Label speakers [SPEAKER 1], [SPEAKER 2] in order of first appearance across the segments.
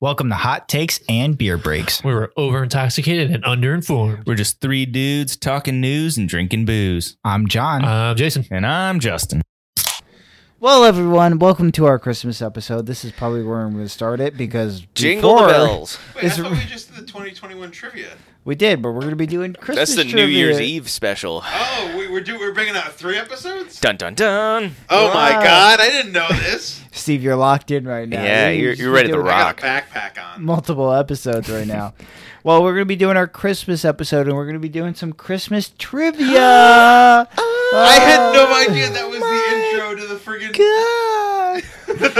[SPEAKER 1] Welcome to Hot Takes and Beer Breaks.
[SPEAKER 2] We were over intoxicated and underinformed.
[SPEAKER 3] We're just three dudes talking news and drinking booze.
[SPEAKER 1] I'm John.
[SPEAKER 2] Uh, Jason,
[SPEAKER 3] And I'm Justin.
[SPEAKER 4] Well, everyone, welcome to our Christmas episode. This is probably where I'm going to start it because
[SPEAKER 5] Jingle
[SPEAKER 4] before-
[SPEAKER 5] bells.
[SPEAKER 6] Wait,
[SPEAKER 4] It's-
[SPEAKER 6] I thought we just did the 2021 trivia.
[SPEAKER 4] We did, but we're going to be doing Christmas.
[SPEAKER 5] That's the New
[SPEAKER 4] trivia.
[SPEAKER 5] Year's Eve special.
[SPEAKER 6] Oh, we were do we're bringing out three episodes.
[SPEAKER 5] Dun dun dun.
[SPEAKER 6] Oh my
[SPEAKER 4] Wow.
[SPEAKER 6] god, I didn't know this.
[SPEAKER 4] Steve, you're locked in right now.
[SPEAKER 5] Yeah,
[SPEAKER 4] You
[SPEAKER 5] you're-
[SPEAKER 4] just
[SPEAKER 5] you're
[SPEAKER 4] been
[SPEAKER 5] ready to
[SPEAKER 4] doing
[SPEAKER 5] rock.
[SPEAKER 6] I got a backpack on.
[SPEAKER 4] Multiple episodes right now. well, we're going to be doing our Christmas episode, and we're going to be doing some Christmas
[SPEAKER 5] Uh,
[SPEAKER 4] trivia. Uh,
[SPEAKER 6] I had no
[SPEAKER 4] Oh
[SPEAKER 6] idea that was the intro to the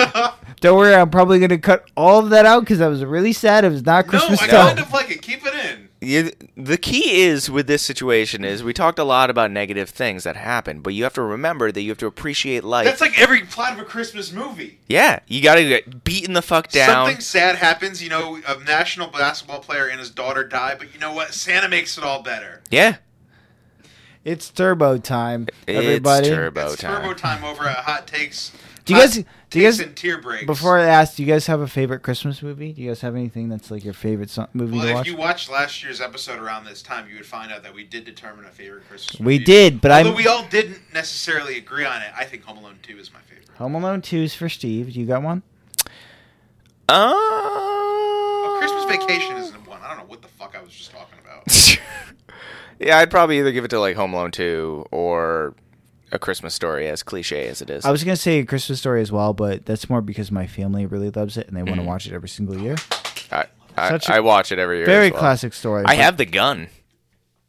[SPEAKER 6] friggin'.
[SPEAKER 4] Don't worry, I'm probably going to cut all of that out because I was really sad. It was not
[SPEAKER 6] no,
[SPEAKER 4] Christmas
[SPEAKER 6] I
[SPEAKER 4] time.
[SPEAKER 6] kind of like it. Keep it in.
[SPEAKER 5] You, the key is with this situation is we talked a lot about negative things that happen, but you have to remember that you have to appreciate life.
[SPEAKER 6] That's like every plot of a Christmas movie.
[SPEAKER 5] yeah, you got to get beaten the fuck down.
[SPEAKER 6] Something sad happens. You know, a national basketball player and his daughter die, but you know what? Santa makes it all better.
[SPEAKER 5] yeah,
[SPEAKER 4] It's turbo time,
[SPEAKER 5] It's
[SPEAKER 4] everybody.
[SPEAKER 5] turbo
[SPEAKER 6] it's
[SPEAKER 5] time.
[SPEAKER 6] turbo time over at Hot Takes.
[SPEAKER 4] Do you guys-
[SPEAKER 6] Hot
[SPEAKER 4] do you guys-
[SPEAKER 6] Takes and tear breaks?
[SPEAKER 4] Before I ask, do you guys have a favorite Christmas movie? Do you guys have anything that's like your favorite so- movie
[SPEAKER 6] Well,
[SPEAKER 4] to
[SPEAKER 6] if
[SPEAKER 4] watch?
[SPEAKER 6] you watched last year's episode around this time, you would find out that we did determine a favorite Christmas.
[SPEAKER 4] We
[SPEAKER 6] movie.
[SPEAKER 4] did, but
[SPEAKER 6] Although
[SPEAKER 4] I'm-
[SPEAKER 6] we all didn't necessarily agree on it. I think Home Alone Two is my favorite.
[SPEAKER 4] Home Alone 2 is for Steve. You got one?
[SPEAKER 6] Oh, Christmas
[SPEAKER 5] Oh,
[SPEAKER 6] Vacation isn't one. I don't know what the fuck I was just talking about.
[SPEAKER 5] Vacation. yeah, I'd probably either give it to like Home Alone Two or A Christmas Story, as cliche as it is.
[SPEAKER 4] I was going to say Christmas Story as well, but that's more because my family really loves it and they
[SPEAKER 6] Mm-hmm.
[SPEAKER 4] want to watch it every single year.
[SPEAKER 5] I, I,
[SPEAKER 4] Such a-
[SPEAKER 5] I watch it every year.
[SPEAKER 4] Very
[SPEAKER 5] as well.
[SPEAKER 4] classic story. but-
[SPEAKER 5] I have the gun.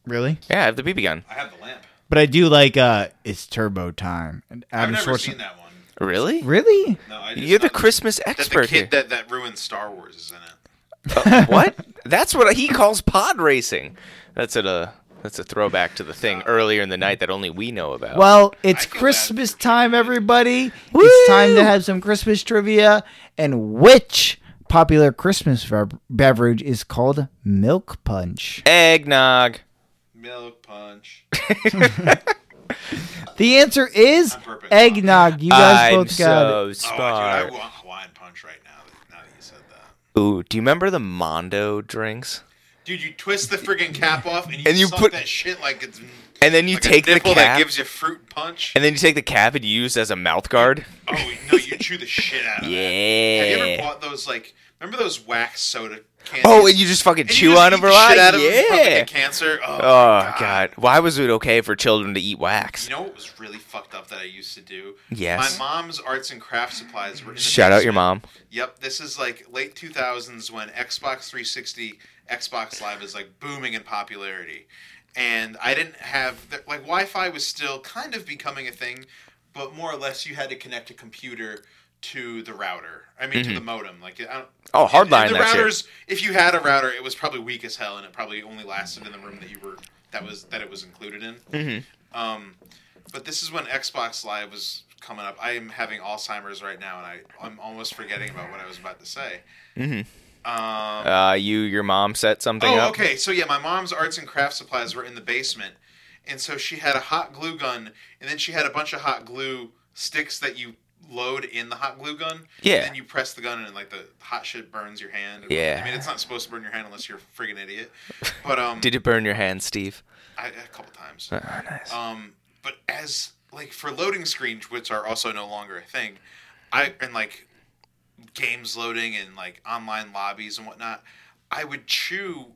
[SPEAKER 4] Really?
[SPEAKER 5] Yeah, I have the BB gun.
[SPEAKER 6] I have the lamp.
[SPEAKER 4] But I do like uh It's Turbo Time. And
[SPEAKER 6] I've
[SPEAKER 4] Adam
[SPEAKER 6] never
[SPEAKER 4] Schwarzen-
[SPEAKER 6] seen that one.
[SPEAKER 5] Really?
[SPEAKER 4] Really?
[SPEAKER 6] No, I just
[SPEAKER 5] You're the
[SPEAKER 6] know
[SPEAKER 5] Christmas
[SPEAKER 6] that
[SPEAKER 5] expert
[SPEAKER 6] the
[SPEAKER 5] here.
[SPEAKER 6] kid that, that ruined Star Wars is in it.
[SPEAKER 5] what? That's what he calls pod racing. That's a uh, that's a throwback to the thing earlier in the night that only we know about.
[SPEAKER 4] Well, it's
[SPEAKER 6] Oh, feel bad.
[SPEAKER 4] Christmas time, everybody. It's time to
[SPEAKER 5] Woo!
[SPEAKER 4] have some Christmas trivia. And which popular Christmas bev- beverage is called milk punch?
[SPEAKER 5] Eggnog.
[SPEAKER 6] Milk punch. Oh,
[SPEAKER 4] The answer is
[SPEAKER 6] I'm burping.
[SPEAKER 4] eggnog. You guys
[SPEAKER 5] I'm
[SPEAKER 4] both got
[SPEAKER 5] so
[SPEAKER 6] Oh, dude, I
[SPEAKER 5] smart.
[SPEAKER 6] want Hawaiian punch right now. that- Now that you said that,
[SPEAKER 5] Ooh, do you remember the Mondo drinks?
[SPEAKER 6] dude, you twist the friggin' cap off and you,
[SPEAKER 5] And you
[SPEAKER 6] suck
[SPEAKER 5] put-
[SPEAKER 6] that shit like it's
[SPEAKER 5] And then you
[SPEAKER 6] like
[SPEAKER 5] take
[SPEAKER 6] a
[SPEAKER 5] the
[SPEAKER 6] nipple
[SPEAKER 5] cap,
[SPEAKER 6] that gives you fruit punch.
[SPEAKER 5] and then you take the cap and you use it as a mouth guard.
[SPEAKER 6] Oh no, you chew the shit out of that. Have you ever
[SPEAKER 5] Yeah.
[SPEAKER 6] bought those like? Remember those wax soda? Candies?
[SPEAKER 5] Oh, and you just fucking
[SPEAKER 6] And you
[SPEAKER 5] chew
[SPEAKER 6] just
[SPEAKER 5] on
[SPEAKER 6] eat
[SPEAKER 5] them for a
[SPEAKER 6] the
[SPEAKER 5] while.
[SPEAKER 6] shit out of 'em and probably
[SPEAKER 5] Yeah.
[SPEAKER 6] get cancer. Oh, my
[SPEAKER 5] Oh god, why was it okay for children to eat wax?
[SPEAKER 6] You know what was really fucked up that I used to do?
[SPEAKER 5] Yes.
[SPEAKER 6] My mom's arts and craft supplies were. in the
[SPEAKER 5] Shout out your
[SPEAKER 6] basement.
[SPEAKER 5] mom.
[SPEAKER 6] Yep, this is like late 2000s when Xbox 360, Xbox Live is like booming in popularity. And I didn't have, the- like, Wi Fi was still kind of becoming a thing, but more or less you had to connect a computer to the router. I mean, to the modem. Like, I don't,
[SPEAKER 5] Oh, hardline
[SPEAKER 6] and the
[SPEAKER 5] that shit.
[SPEAKER 6] routers, if you had a router, it was probably weak as hell and it probably only lasted in the room that you were, that was, that it was included in.
[SPEAKER 5] Mm-hmm.
[SPEAKER 6] Um, but this is when Xbox Live was coming up. I am having Alzheimer's right now, and I, I'm almost forgetting about what I was about to say. Mm-hmm. Um,
[SPEAKER 5] Uh, you, your mom set something
[SPEAKER 6] oh,
[SPEAKER 5] up.
[SPEAKER 6] okay. So yeah, my mom's arts and craft supplies were in the basement, and so she had a hot glue gun, and then she had a bunch of hot glue sticks that you load in the hot glue gun.
[SPEAKER 5] Yeah.
[SPEAKER 6] And then you press the gun, and like the hot shit burns your hand.
[SPEAKER 5] Yeah.
[SPEAKER 6] I mean, it's not supposed to burn your hand unless you're a friggin' idiot. But um,
[SPEAKER 5] Did it burn your hand, Steve?
[SPEAKER 6] I, a couple times.
[SPEAKER 5] Oh, nice.
[SPEAKER 6] Um, but as like for loading screens, which are also no longer a thing, I and like games loading and like online lobbies and whatnot, I would chew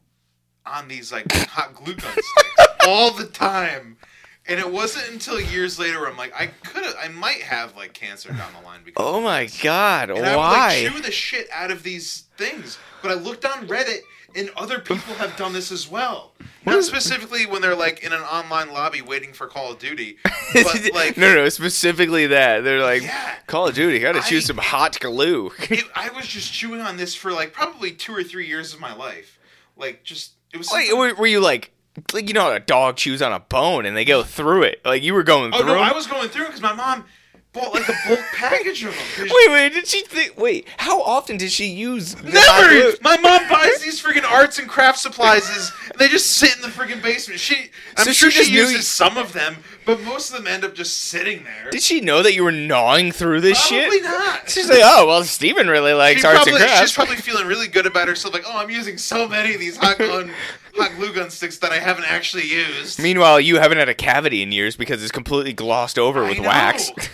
[SPEAKER 6] on these like hot glue gun sticks all the time. And it wasn't until years later where I'm like, I could have, I might have like cancer down the line because.
[SPEAKER 5] Oh my god,
[SPEAKER 6] And I
[SPEAKER 5] why?
[SPEAKER 6] would like chew the shit out of these things. But I looked on Reddit, and other people have done this as well. Not specifically when they're like in an online lobby waiting for Call of Duty, but like
[SPEAKER 5] no, no, specifically that. They're like,
[SPEAKER 6] Yeah.
[SPEAKER 5] Call of Duty, gotta
[SPEAKER 6] I-
[SPEAKER 5] choose some hot glue.
[SPEAKER 6] it- I was just chewing on this for like probably two or three years of my life. Like just it was.
[SPEAKER 5] like,
[SPEAKER 6] something-
[SPEAKER 5] were, were you like, like, you know, how a dog chews on a bone and they go through it? Like, you were going
[SPEAKER 6] oh
[SPEAKER 5] through
[SPEAKER 6] no,
[SPEAKER 5] it?
[SPEAKER 6] I was going through because my mom. bought like a bulk package of them. 'Cause
[SPEAKER 5] Wait, wait, did she think? Wait, how often did she use? the
[SPEAKER 6] Never.
[SPEAKER 5] hot glue?
[SPEAKER 6] My mom buys these freaking arts and craft supplies, is- and they just sit in the freaking basement. She, I'm
[SPEAKER 5] So she
[SPEAKER 6] sure she,
[SPEAKER 5] just knew
[SPEAKER 6] uses
[SPEAKER 5] you-
[SPEAKER 6] some of them, but most of them end up just sitting there.
[SPEAKER 5] Did she know that you were gnawing through this
[SPEAKER 6] Probably
[SPEAKER 5] shit?
[SPEAKER 6] not.
[SPEAKER 5] She's like, oh well, Steven really likes
[SPEAKER 6] She
[SPEAKER 5] arts
[SPEAKER 6] probably,
[SPEAKER 5] and crafts.
[SPEAKER 6] she's probably feeling really good about herself. Like, oh, I'm using so many of these hot glue, hot glue gun sticks that I haven't actually used.
[SPEAKER 5] Meanwhile, you haven't had a cavity in years because it's completely glossed over
[SPEAKER 6] I
[SPEAKER 5] with
[SPEAKER 6] know.
[SPEAKER 5] wax.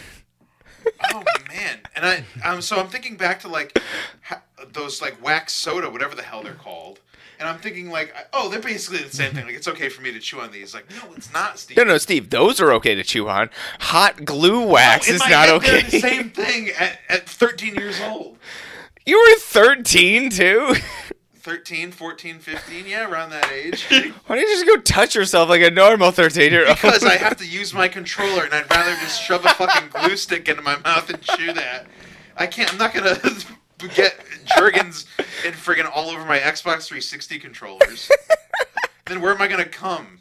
[SPEAKER 6] oh man, and I um, so I'm thinking back to like ha- those like wax soda, whatever the hell they're called, and I'm thinking like, I- oh, they're basically the same thing. Like it's okay for me to chew on these. Like no, it's not, Steve.
[SPEAKER 5] No, no, Steve, those are okay to chew on. Hot glue wax
[SPEAKER 6] In
[SPEAKER 5] is
[SPEAKER 6] my
[SPEAKER 5] not
[SPEAKER 6] head, they're
[SPEAKER 5] okay.
[SPEAKER 6] The same thing at, at 13 years old.
[SPEAKER 5] You were 13 too.
[SPEAKER 6] 13, 14, 15, yeah, around that age.
[SPEAKER 5] Why don't you just go touch yourself like a normal 13 year old?
[SPEAKER 6] Because I have to use my controller, and I'd rather just shove a fucking glue stick into my mouth and chew that. I can't. I'm not gonna get Jergens and friggin' all over my Xbox 360 controllers. then where am I gonna come?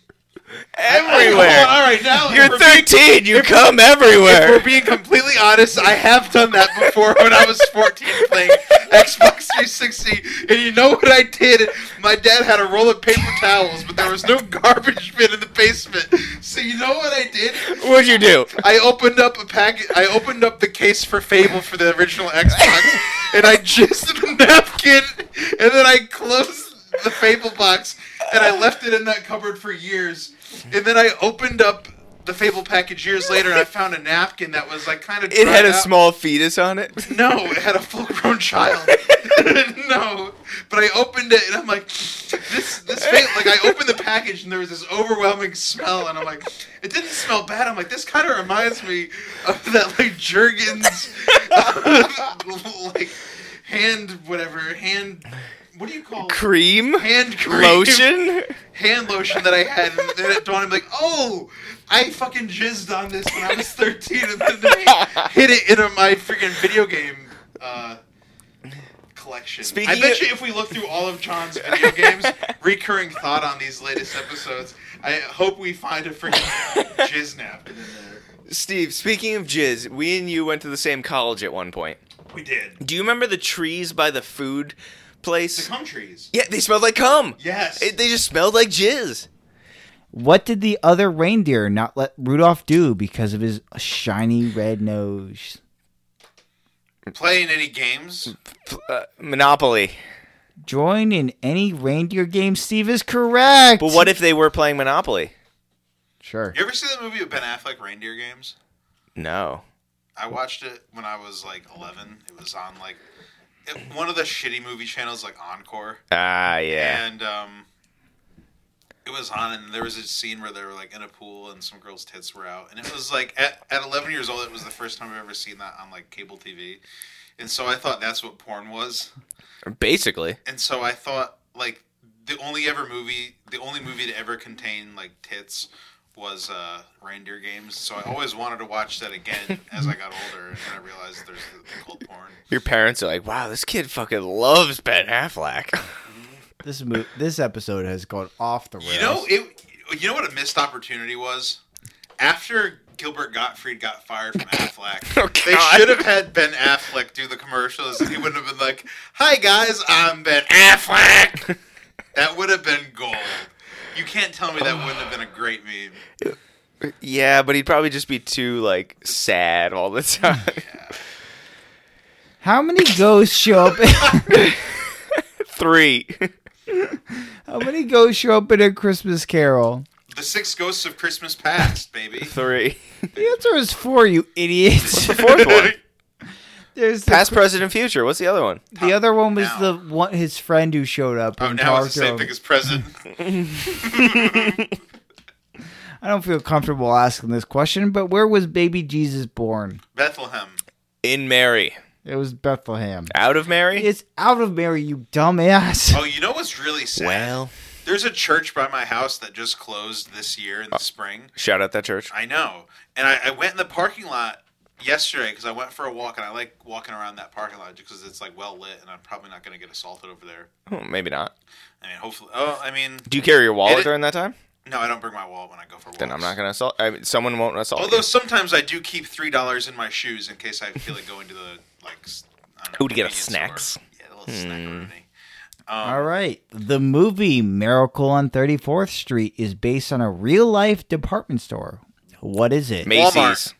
[SPEAKER 6] Oh,
[SPEAKER 5] everywhere.
[SPEAKER 6] all right, now if
[SPEAKER 5] You're
[SPEAKER 6] we're
[SPEAKER 5] 13. You come
[SPEAKER 6] Being,
[SPEAKER 5] everywhere.
[SPEAKER 6] if we're being completely honest. I have done that before when I was 14 playing Xbox 360, and you know what I did? My dad had a roll of paper towels, but there was no garbage bin in the basement. So you know what I did?
[SPEAKER 5] What'd you do?
[SPEAKER 6] I opened up a packet. I opened up the case for Fable for the original Xbox, and I jizzed in a napkin, and then I closed the Fable box, and I left it in that cupboard for years. And then I opened up the Fable package years later, and I found a napkin that was like kind of.
[SPEAKER 5] It had a small fetus on it.
[SPEAKER 6] No, it had a full-grown child. no, but I opened it and I'm like, this, this, fa- like I opened the package and there was this overwhelming smell and I'm like, it didn't smell bad. I'm like, this kind of reminds me of that like Jergens, like hand whatever hand, what do you call it?
[SPEAKER 5] Cream?
[SPEAKER 6] hand cream,
[SPEAKER 5] Lotion?
[SPEAKER 6] hand lotion that I had, and then it dawned on me like, oh, I fucking jizzed on this when I was 13, and then I hid it in my freaking video game uh, collection.
[SPEAKER 5] Speaking
[SPEAKER 6] I bet
[SPEAKER 5] of-
[SPEAKER 6] you if we look through all of John's video games, recurring thought on these latest episodes, I hope we find a freaking jizz napkin in there.
[SPEAKER 5] Steve, speaking of jizz, we and you went to the same college at one point.
[SPEAKER 6] We did.
[SPEAKER 5] Do you remember the trees by the food
[SPEAKER 6] The
[SPEAKER 5] place?
[SPEAKER 6] cum trees.
[SPEAKER 5] Yeah, they smelled like cum.
[SPEAKER 6] Yes.
[SPEAKER 5] It, they just smelled like jizz.
[SPEAKER 4] What did the other reindeer not let Rudolph do because of his shiny red nose?
[SPEAKER 6] Playing any games?
[SPEAKER 5] Uh, Monopoly.
[SPEAKER 4] Join in any reindeer game, Steve is correct.
[SPEAKER 5] But what if they were playing Monopoly?
[SPEAKER 4] Sure.
[SPEAKER 6] You ever see that movie with Ben Affleck, Reindeer Games?
[SPEAKER 5] No.
[SPEAKER 6] I watched it when I was like 11. It was on like it, one of the shitty movie channels, like Encore,
[SPEAKER 5] Ah, yeah.
[SPEAKER 6] and um, it was on. And there was a scene where they were like in a pool, and some girl's tits were out. And it was like at, at 11 years old, it was the first time I've ever seen that on like cable TV. And so I thought that's what porn was.
[SPEAKER 5] Basically.
[SPEAKER 6] And so I thought like the only ever movie, the only movie to ever contain like tits was uh, Reindeer Games. So
[SPEAKER 5] Mm-hmm.
[SPEAKER 6] I always wanted to watch that again as I got older, and then I realized there's the, the cult porn.
[SPEAKER 5] Your parents are like, wow, this kid fucking loves Ben Affleck.
[SPEAKER 4] This mo- this episode has gone off the rails.
[SPEAKER 6] You know it. You know what a missed opportunity was after. Gilbert Gottfried got fired from Affleck.
[SPEAKER 5] Oh,
[SPEAKER 6] they
[SPEAKER 5] God.
[SPEAKER 6] should have had Ben Affleck do the commercials, and he would have been like, "Hi guys, I'm Ben Affleck." That would have been gold. You can't tell me that wouldn't have been a great meme.
[SPEAKER 5] yeah, but he'd probably just be too, like, sad all the time.
[SPEAKER 4] how many ghosts show up?
[SPEAKER 5] Three.
[SPEAKER 4] how many ghosts show up in a Christmas Carol?
[SPEAKER 6] The Six Ghosts of Christmas Past, baby.
[SPEAKER 5] Three.
[SPEAKER 4] The answer is four, you idiots.
[SPEAKER 5] The fourth one.
[SPEAKER 4] There's the,
[SPEAKER 5] Past, present, and future. What's the other one?
[SPEAKER 4] the other one was
[SPEAKER 6] Now.
[SPEAKER 4] the one his friend who showed up.
[SPEAKER 6] Oh,
[SPEAKER 4] and
[SPEAKER 6] now it's
[SPEAKER 4] talked
[SPEAKER 6] the
[SPEAKER 4] to
[SPEAKER 6] same
[SPEAKER 4] him.
[SPEAKER 6] thing as present.
[SPEAKER 4] I don't feel comfortable asking this question, but where was baby Jesus born?
[SPEAKER 6] Bethlehem.
[SPEAKER 5] In Mary.
[SPEAKER 4] It was Bethlehem.
[SPEAKER 5] Out of Mary?
[SPEAKER 4] It's out of Mary, you dumbass.
[SPEAKER 6] Oh, you know what's really sad?
[SPEAKER 5] Well,
[SPEAKER 6] There's a church by my house that just closed this year
[SPEAKER 5] Uh.
[SPEAKER 6] in the spring.
[SPEAKER 5] shout out that church.
[SPEAKER 6] I know. And I, I went in the parking lot yesterday because I went for a walk, and I like walking around that parking lot because it's like well lit, and I'm probably not going to get assaulted over there.
[SPEAKER 5] Oh, maybe not.
[SPEAKER 6] I mean, hopefully. Oh, I mean,
[SPEAKER 5] Do you carry your
[SPEAKER 6] It-
[SPEAKER 5] wallet during that time?
[SPEAKER 6] No, I don't bring my wallet when I go for walks.
[SPEAKER 5] Then I'm not gonna assault. I mean, someone won't assault.
[SPEAKER 6] Although
[SPEAKER 5] you.
[SPEAKER 6] sometimes I do keep three dollars in my shoes in case I feel like going to the like. s- I don't know,
[SPEAKER 5] Who to get us
[SPEAKER 6] convenience
[SPEAKER 5] snacks? Hmm.
[SPEAKER 6] store. Yeah, a little snack Um, orony. Oh.
[SPEAKER 4] All right. The movie Miracle on 34th Street is based on a real life department store. What is it?
[SPEAKER 5] Macy's.
[SPEAKER 6] Walmart.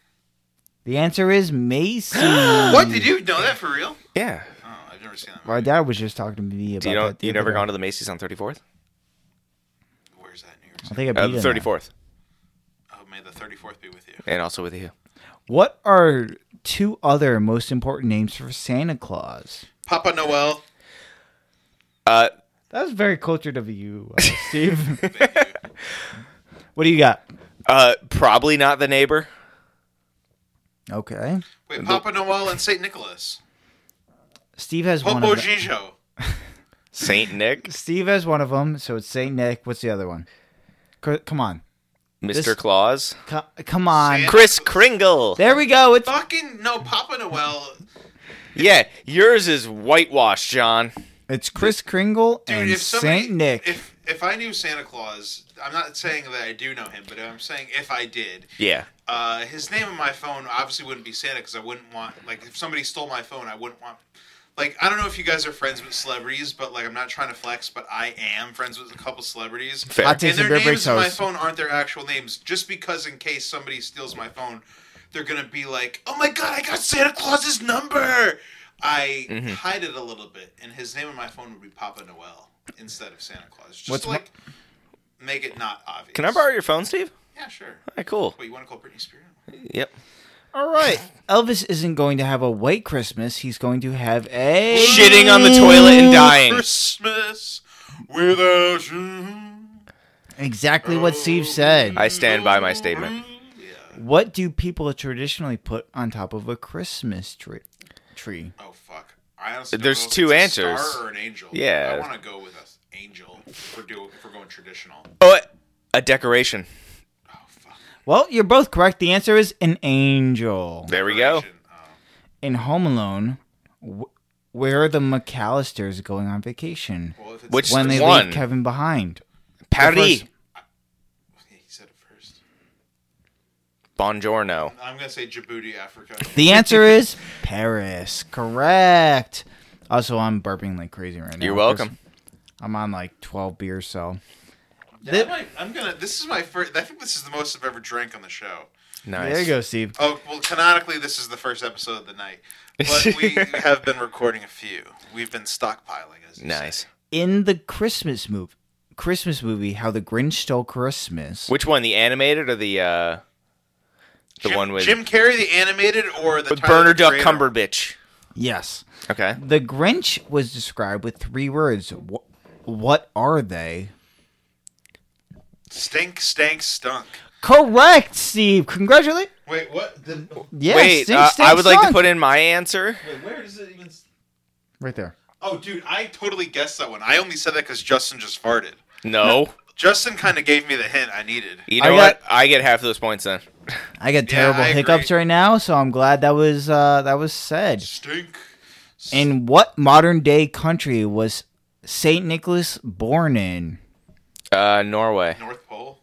[SPEAKER 4] the answer is Macy's.
[SPEAKER 6] What did you know that for real?
[SPEAKER 5] Yeah.
[SPEAKER 6] Oh, I've never seen that.
[SPEAKER 4] My dad was just talking to me about
[SPEAKER 5] Do you know?
[SPEAKER 4] that. the
[SPEAKER 5] You
[SPEAKER 4] other
[SPEAKER 5] never
[SPEAKER 4] day.
[SPEAKER 5] gone to the Macy's on 34th?
[SPEAKER 6] Where's that? in New York
[SPEAKER 4] I
[SPEAKER 6] City?
[SPEAKER 4] think I
[SPEAKER 5] Uh,
[SPEAKER 4] beat
[SPEAKER 5] the
[SPEAKER 4] him.
[SPEAKER 5] 34th,
[SPEAKER 6] Oh, may the thirty fourth be with you.
[SPEAKER 5] and also with you.
[SPEAKER 4] What are two other most important names for Santa Claus?
[SPEAKER 6] Papa Noel.
[SPEAKER 5] Uh,
[SPEAKER 4] That was very cultured of you, uh, Steve.
[SPEAKER 6] Thank you.
[SPEAKER 4] what do you got?
[SPEAKER 5] uh, probably not the neighbor.
[SPEAKER 4] Okay.
[SPEAKER 6] Wait, Papa Noel and Saint Nicholas.
[SPEAKER 4] Steve has one
[SPEAKER 6] Popo
[SPEAKER 4] of them.
[SPEAKER 6] Gijo.
[SPEAKER 5] Saint Nick,
[SPEAKER 4] Steve has one of them, so it's Saint Nick. What's the other one? C- come on.
[SPEAKER 5] Mr. Claus,
[SPEAKER 4] Co- come on.
[SPEAKER 6] Santa-
[SPEAKER 5] Chris Kringle.
[SPEAKER 4] There we go. It's
[SPEAKER 6] Fucking no, Papa Noel.
[SPEAKER 5] Yeah, yours is whitewashed, John.
[SPEAKER 4] It's Chris Kringle
[SPEAKER 6] Dude,
[SPEAKER 4] and
[SPEAKER 6] if somebody,
[SPEAKER 4] Saint Nick.
[SPEAKER 6] If if I knew Santa Claus, I'm not saying that I do know him, but I'm saying if I did,
[SPEAKER 5] Yeah.
[SPEAKER 6] uh, his name on my phone obviously wouldn't be Santa because I wouldn't want like if somebody stole my phone, I wouldn't want. Like I don't know if you guys are friends with celebrities, but like I'm not trying to flex, but I am friends with a couple celebrities.
[SPEAKER 5] Fair.
[SPEAKER 4] Hot takes
[SPEAKER 6] and their
[SPEAKER 4] and beer
[SPEAKER 6] names
[SPEAKER 4] breaks
[SPEAKER 6] on my
[SPEAKER 4] house.
[SPEAKER 6] phone aren't their actual names, just because in case somebody steals my phone, they're gonna be like, "Oh my god, I got Santa Claus's number." I hide it a little bit, and his name on my phone would be Papa Noel instead of Santa Claus. Just
[SPEAKER 4] What's
[SPEAKER 6] to,
[SPEAKER 4] my-
[SPEAKER 6] like make it not obvious.
[SPEAKER 5] Can I borrow your phone, Steve?
[SPEAKER 6] Yeah, sure.
[SPEAKER 5] All right, cool.
[SPEAKER 6] Wait, you want to call Britney Spears?
[SPEAKER 5] Yep.
[SPEAKER 4] All right. Elvis isn't going to have a white Christmas. He's going to have a.
[SPEAKER 5] Shitting on the toilet and dying.
[SPEAKER 6] Christmas without you.
[SPEAKER 4] Exactly what Steve said.
[SPEAKER 5] I stand by my statement.
[SPEAKER 6] Yeah.
[SPEAKER 4] What do people traditionally put on top of a Christmas tree? Tree.
[SPEAKER 6] Oh fuck. I honestly don't
[SPEAKER 5] There's
[SPEAKER 6] know if
[SPEAKER 5] two
[SPEAKER 6] it's a
[SPEAKER 5] answers.
[SPEAKER 6] Star or an angel.
[SPEAKER 5] Yeah.
[SPEAKER 6] I want to go with an angel. If we're doing, if we're going traditional.
[SPEAKER 5] Oh, a decoration.
[SPEAKER 6] Oh fuck.
[SPEAKER 4] Well, you're both correct. The answer is an angel.
[SPEAKER 5] There we go.
[SPEAKER 6] Decoration. Oh.
[SPEAKER 4] In Home Alone, wh- where are the McAllisters going on vacation?
[SPEAKER 6] Well, if it's
[SPEAKER 5] Which
[SPEAKER 4] When they
[SPEAKER 5] one?
[SPEAKER 4] leave Kevin behind.
[SPEAKER 5] Paris.
[SPEAKER 4] first-
[SPEAKER 6] Yeah, he said it first.
[SPEAKER 5] Bongiorno.
[SPEAKER 6] I'm gonna say Djibouti, Africa.
[SPEAKER 4] The answer is Paris. Correct. Also, I'm burping like crazy right now.
[SPEAKER 5] You're welcome.
[SPEAKER 4] I'm on like 12 beers, so.
[SPEAKER 6] Yeah, I might- I'm gonna. This is my first. I think this is the most I've ever drank on the show.
[SPEAKER 5] Nice.
[SPEAKER 4] There you go, Steve.
[SPEAKER 6] Oh well, canonically, this is the first episode of the night, but we have been recording a few. We've been stockpiling. As you
[SPEAKER 5] Nice.
[SPEAKER 6] say.
[SPEAKER 4] In the Christmas movie, Christmas movie, How the Grinch Stole Christmas.
[SPEAKER 5] Which one, the animated or the uh the
[SPEAKER 6] Jim,
[SPEAKER 5] one with,
[SPEAKER 6] Jim Carrey, the animated, or the
[SPEAKER 5] with
[SPEAKER 6] Tyler, the
[SPEAKER 5] Bernadette
[SPEAKER 6] Creator?
[SPEAKER 5] Cumberbatch?
[SPEAKER 4] Yes.
[SPEAKER 5] Okay.
[SPEAKER 4] The Grinch was described with three words. What, what are they?
[SPEAKER 6] Stink, stank, stunk.
[SPEAKER 4] Correct, Steve. Congratulations.
[SPEAKER 6] Wait, what? The,
[SPEAKER 4] Yes.
[SPEAKER 5] Wait,
[SPEAKER 4] stink,
[SPEAKER 5] uh,
[SPEAKER 4] stink,
[SPEAKER 5] I would like to
[SPEAKER 4] stunk.
[SPEAKER 5] put in my answer.
[SPEAKER 6] wait, where does it even? s-
[SPEAKER 4] Right there.
[SPEAKER 6] Oh, dude, I totally guessed that one. I only said that because Justin just farted.
[SPEAKER 5] No.
[SPEAKER 6] Justin kind of gave me the hint I needed.
[SPEAKER 5] You
[SPEAKER 4] I
[SPEAKER 5] know
[SPEAKER 4] got-
[SPEAKER 5] what? I get half those points then.
[SPEAKER 4] I got terrible
[SPEAKER 6] I agree.
[SPEAKER 4] hiccups right now, so I'm glad that was uh, that was said.
[SPEAKER 6] Stink.
[SPEAKER 4] In what modern day country was Saint Nicholas born in?
[SPEAKER 5] Uh Norway.
[SPEAKER 6] North Pole.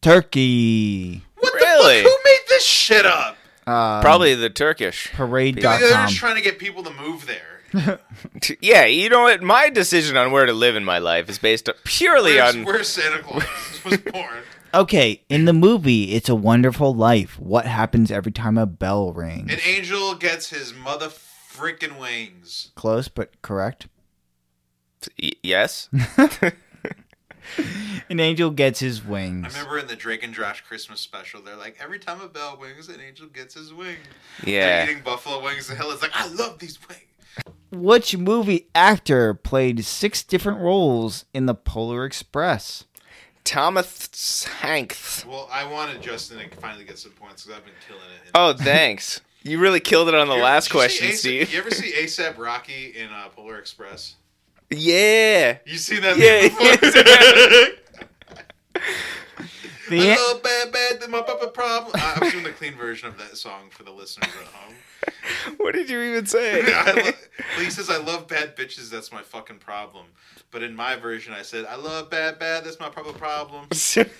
[SPEAKER 4] Turkey.
[SPEAKER 6] What
[SPEAKER 5] Really?
[SPEAKER 6] the fuck? Who made this shit up?
[SPEAKER 4] Uh,
[SPEAKER 5] Probably the Turkish.
[SPEAKER 6] They're
[SPEAKER 4] Parade.com.
[SPEAKER 6] just trying to get people to move there.
[SPEAKER 5] T- Yeah, you know what? My decision on where to live in my life is based purely
[SPEAKER 6] Where's,
[SPEAKER 5] on
[SPEAKER 6] where Santa Claus was born.
[SPEAKER 4] Okay, in the movie It's a Wonderful Life, what happens every time a bell rings?
[SPEAKER 6] An angel gets his mother freaking wings.
[SPEAKER 4] Close, but correct.
[SPEAKER 5] Y- yes.
[SPEAKER 4] An angel gets his
[SPEAKER 6] I
[SPEAKER 4] wings.
[SPEAKER 6] remember in the Drake and Josh Christmas special, they're like, every time a bell rings, an angel gets his wings. They're
[SPEAKER 5] Yeah.
[SPEAKER 6] eating buffalo wings. The hell is like, I love these wings.
[SPEAKER 4] Which movie actor played six different roles in The Polar Express?
[SPEAKER 5] Thomas Hanks.
[SPEAKER 6] Well, I wanted Justin to finally get some points because I've been killing it. in-
[SPEAKER 5] Oh, thanks. you really killed it on the
[SPEAKER 6] You ever-
[SPEAKER 5] last
[SPEAKER 6] did you see
[SPEAKER 5] question,
[SPEAKER 6] A$AP
[SPEAKER 5] Steve.
[SPEAKER 6] You ever see ASAP Rocky in uh, Polar Express?
[SPEAKER 5] Yeah.
[SPEAKER 6] You see that?
[SPEAKER 5] Yeah,
[SPEAKER 6] before?
[SPEAKER 4] The,
[SPEAKER 6] oh, bad, bad, my papa problem. I- I'm doing the clean version of that song for the listeners at home.
[SPEAKER 5] What did you even say?
[SPEAKER 6] I lo- well, he says, I love bad bitches. That's my fucking problem. But in my version, I said, I love bad, bad. That's my proper problem.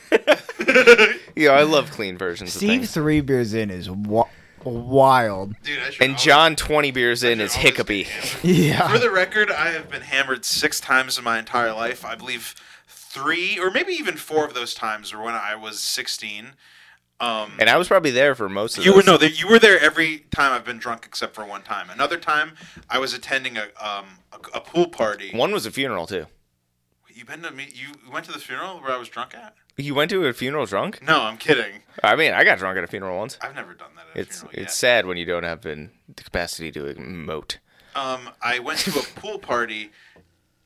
[SPEAKER 5] yeah, I love clean versions of
[SPEAKER 4] Steve
[SPEAKER 5] things.
[SPEAKER 4] three beers in is wi- wild.
[SPEAKER 6] Dude, I should
[SPEAKER 5] And
[SPEAKER 6] always-
[SPEAKER 5] John, 20 beers in,
[SPEAKER 6] I
[SPEAKER 5] is
[SPEAKER 6] should always be
[SPEAKER 5] hiccupy.
[SPEAKER 6] hammered. For
[SPEAKER 4] Yeah.
[SPEAKER 6] the record, I have been hammered six times in my entire life. I believe three or maybe even four of those times were when I was 16. Um,
[SPEAKER 5] And I was probably there for most of
[SPEAKER 6] you were
[SPEAKER 5] those.
[SPEAKER 6] no, that you were there every time I've been drunk except for one time. Another time, I was attending a um a, a pool party.
[SPEAKER 5] One was a funeral, too.
[SPEAKER 6] You been to me? You went to the funeral where I was drunk at?
[SPEAKER 5] You went to a funeral drunk?
[SPEAKER 6] No, I'm kidding.
[SPEAKER 5] I mean, I got drunk at a funeral once.
[SPEAKER 6] I've never done that at a
[SPEAKER 5] It's
[SPEAKER 6] funeral yet.
[SPEAKER 5] it's sad when you don't have an, the capacity to emote.
[SPEAKER 6] um, I went to a pool party,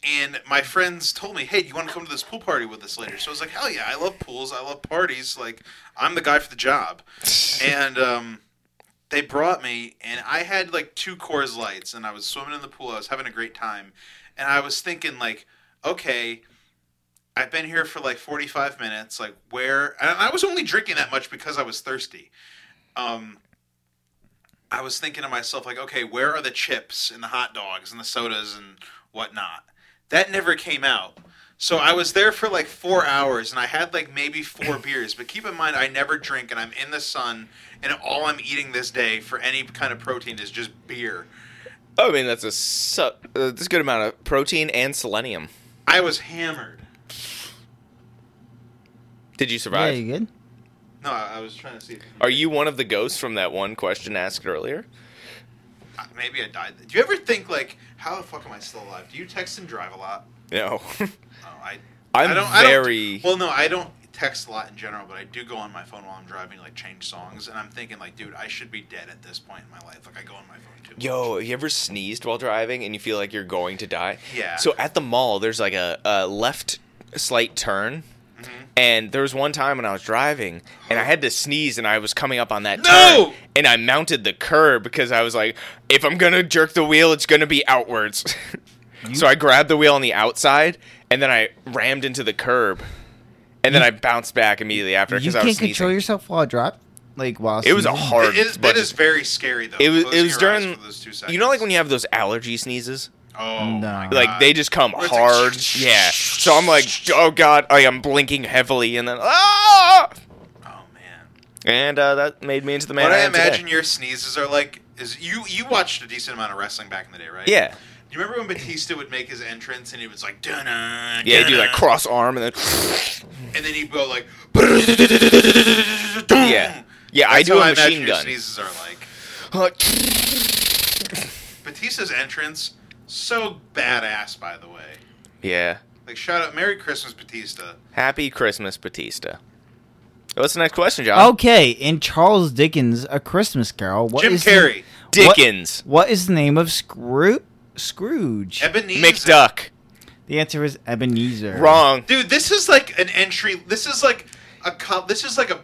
[SPEAKER 6] and my friends told me, "Hey, do you want to come to this pool party with us later?" So I was like, "Hell yeah! I love pools. I love parties. Like, I'm the guy for the job." and um, they brought me, and I had like two Coors Lights, and I was swimming in the pool. I was having a great time, and I was thinking, like, okay. I've been here for like 45 minutes. Like, where? And I was only drinking that much because I was thirsty. Um, I was thinking to myself, like, okay, where are the chips and the hot dogs and the sodas and whatnot? That never came out. So I was there for like four hours and I had like maybe four beers. But keep in mind, I never drink and I'm in the sun and all I'm eating this day for any kind of protein is just beer.
[SPEAKER 5] Oh, I mean, that's a su- uh, that's a good amount of protein and selenium.
[SPEAKER 6] I was hammered.
[SPEAKER 5] Did you
[SPEAKER 4] Yeah,
[SPEAKER 5] survive?
[SPEAKER 4] you good?
[SPEAKER 6] No, I I was trying to see. If,
[SPEAKER 5] Are you one of the ghosts from that one question asked earlier?
[SPEAKER 6] uh, maybe I died. Do you ever think, like, how the fuck am I still alive? Do you text and drive a lot?
[SPEAKER 5] No.
[SPEAKER 6] Oh, I.
[SPEAKER 5] I'm
[SPEAKER 6] I don't,
[SPEAKER 5] very-
[SPEAKER 6] I don't, well, no, I don't text a lot in general, but I do go on my phone while I'm driving, like change songs, and I'm thinking, like, dude, I should be dead at this point in my life. Like, I go on my phone too.
[SPEAKER 5] Yo, have you ever sneezed while driving and you feel like you're going to die?
[SPEAKER 6] Yeah.
[SPEAKER 5] So at the mall, there's like a, a left slight turn. And there was one time when I was driving and I had to sneeze and I was coming up on that
[SPEAKER 6] No!
[SPEAKER 5] turn. And I mounted the curb because I was like, if I'm going to jerk the wheel, it's going to be outwards. so I grabbed the wheel on the outside and then I rammed into the curb. And then I bounced back immediately after
[SPEAKER 4] You
[SPEAKER 5] because I was
[SPEAKER 4] can't
[SPEAKER 5] sneezing.
[SPEAKER 4] control yourself while drop. Like while
[SPEAKER 5] it was a
[SPEAKER 4] sneezing?
[SPEAKER 5] hard
[SPEAKER 6] It is, that
[SPEAKER 5] bunch of-
[SPEAKER 6] is very scary, though.
[SPEAKER 5] it was, it
[SPEAKER 6] Closing
[SPEAKER 5] was
[SPEAKER 6] your eyes
[SPEAKER 5] during
[SPEAKER 6] for those two
[SPEAKER 5] you know like
[SPEAKER 6] seconds.
[SPEAKER 5] when you have those allergy sneezes
[SPEAKER 6] Oh,
[SPEAKER 4] No.
[SPEAKER 6] my
[SPEAKER 5] like
[SPEAKER 6] God.
[SPEAKER 5] they just come
[SPEAKER 6] Where it's like,
[SPEAKER 5] hard yeah so i'm like oh god i am blinking heavily and then ah!
[SPEAKER 6] Oh man.
[SPEAKER 5] and uh, that made me into the man
[SPEAKER 6] what
[SPEAKER 5] I,
[SPEAKER 6] I
[SPEAKER 5] am today.
[SPEAKER 6] imagine your sneezes are like is you you watched a decent amount of wrestling back in the day, right?
[SPEAKER 5] yeah
[SPEAKER 6] Do you remember when Batista would make his entrance and he was like, dun
[SPEAKER 5] yeah you do like cross arm and then
[SPEAKER 6] and then he'd go like,
[SPEAKER 5] yeah yeah i
[SPEAKER 6] That's
[SPEAKER 5] do
[SPEAKER 6] how
[SPEAKER 5] a
[SPEAKER 6] imagine
[SPEAKER 5] machine
[SPEAKER 6] your
[SPEAKER 5] gun
[SPEAKER 6] sneezes are like. Batista's entrance, so badass, by the way.
[SPEAKER 5] yeah
[SPEAKER 6] Like, shout out, Merry Christmas, Batista.
[SPEAKER 5] happy christmas batista what's the next question john
[SPEAKER 4] Okay, in Charles Dickens' A Christmas Carol, what
[SPEAKER 6] Jim
[SPEAKER 4] is the-
[SPEAKER 6] Carrey,
[SPEAKER 5] dickens
[SPEAKER 4] what is the name of Scroo- Scrooge?
[SPEAKER 6] Ebenezer.
[SPEAKER 5] mcduck
[SPEAKER 4] the answer is Ebenezer.
[SPEAKER 5] wrong
[SPEAKER 6] Dude, this is like an entry. This is like a. Co- this is like a.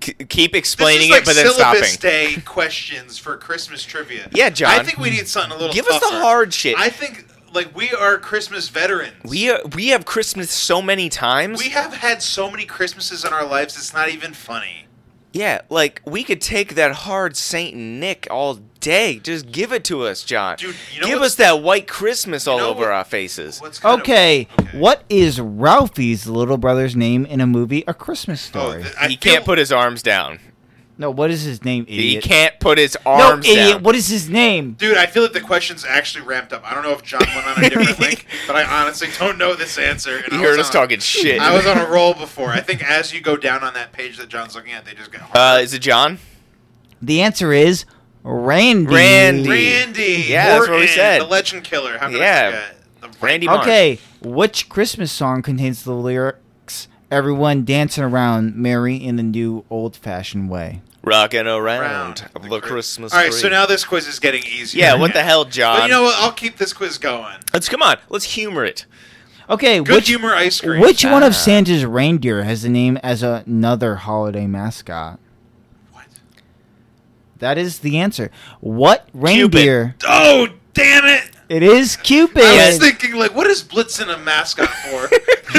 [SPEAKER 5] K- keep
[SPEAKER 6] This
[SPEAKER 5] explaining
[SPEAKER 6] is like
[SPEAKER 5] it but then
[SPEAKER 6] syllabus
[SPEAKER 5] stopping
[SPEAKER 6] day questions for Christmas trivia.
[SPEAKER 5] Yeah, John.
[SPEAKER 6] I think we need something a little.
[SPEAKER 5] Give us the
[SPEAKER 6] tougher.
[SPEAKER 5] hard shit.
[SPEAKER 6] I think like we are Christmas veterans.
[SPEAKER 5] we uh, we have christmas so many times
[SPEAKER 6] we have had so many Christmases in our lives. It's not even funny.
[SPEAKER 5] Yeah, like we could take that hard Saint Nick all day. Just give it to us, John.
[SPEAKER 6] Dude, you know
[SPEAKER 5] give
[SPEAKER 6] what's-
[SPEAKER 5] us that white Christmas all
[SPEAKER 6] know
[SPEAKER 5] over
[SPEAKER 6] what-
[SPEAKER 5] our faces.
[SPEAKER 6] What's gonna-
[SPEAKER 4] Okay,
[SPEAKER 6] okay.
[SPEAKER 4] what is Ralphie's little brother's name in a movie A Christmas
[SPEAKER 6] Oh,
[SPEAKER 4] Story?
[SPEAKER 6] th- I
[SPEAKER 5] he
[SPEAKER 6] feel-
[SPEAKER 5] can't put his arms down.
[SPEAKER 4] no, what is his name, idiot?
[SPEAKER 5] He can't put his
[SPEAKER 4] no,
[SPEAKER 5] arms
[SPEAKER 4] idiot,
[SPEAKER 5] down.
[SPEAKER 4] what is his name?
[SPEAKER 6] Dude, I feel like the question's actually ramped up. I don't know if John went on a different link, but I honestly don't know this answer. And
[SPEAKER 5] You
[SPEAKER 6] I
[SPEAKER 5] heard us
[SPEAKER 6] was on-
[SPEAKER 5] talking shit.
[SPEAKER 6] I was on a roll before. I think as you go down on that page that John's looking at, they just get hard.
[SPEAKER 5] uh, is it John?
[SPEAKER 4] The answer is Randy.
[SPEAKER 5] Randy.
[SPEAKER 6] Randy,
[SPEAKER 5] Yeah, that's what we
[SPEAKER 6] Orton,
[SPEAKER 5] said.
[SPEAKER 6] The legend killer. How could
[SPEAKER 5] Yeah.
[SPEAKER 6] I forget? The-
[SPEAKER 5] Randy Marsh.
[SPEAKER 4] Okay, which Christmas song contains the lyrics "Everyone dancing around Mary in the new old-fashioned way"?
[SPEAKER 5] Rocking around,
[SPEAKER 6] Round.
[SPEAKER 5] the Christmas
[SPEAKER 6] All right,
[SPEAKER 5] tree.
[SPEAKER 6] so now this quiz is getting easier.
[SPEAKER 5] yeah, what the hell, John?
[SPEAKER 6] But you know what? I'll keep this quiz going.
[SPEAKER 5] let's come on. Let's humor it.
[SPEAKER 4] Okay,
[SPEAKER 6] Good
[SPEAKER 4] which
[SPEAKER 6] humor ice cream.
[SPEAKER 4] which one of Santa's reindeer has the name as another holiday mascot?
[SPEAKER 6] What?
[SPEAKER 4] That is the answer. What reindeer?
[SPEAKER 6] Oh, damn it!
[SPEAKER 4] It is Cupid.
[SPEAKER 6] I was thinking, like, what is Blitzen a mascot for?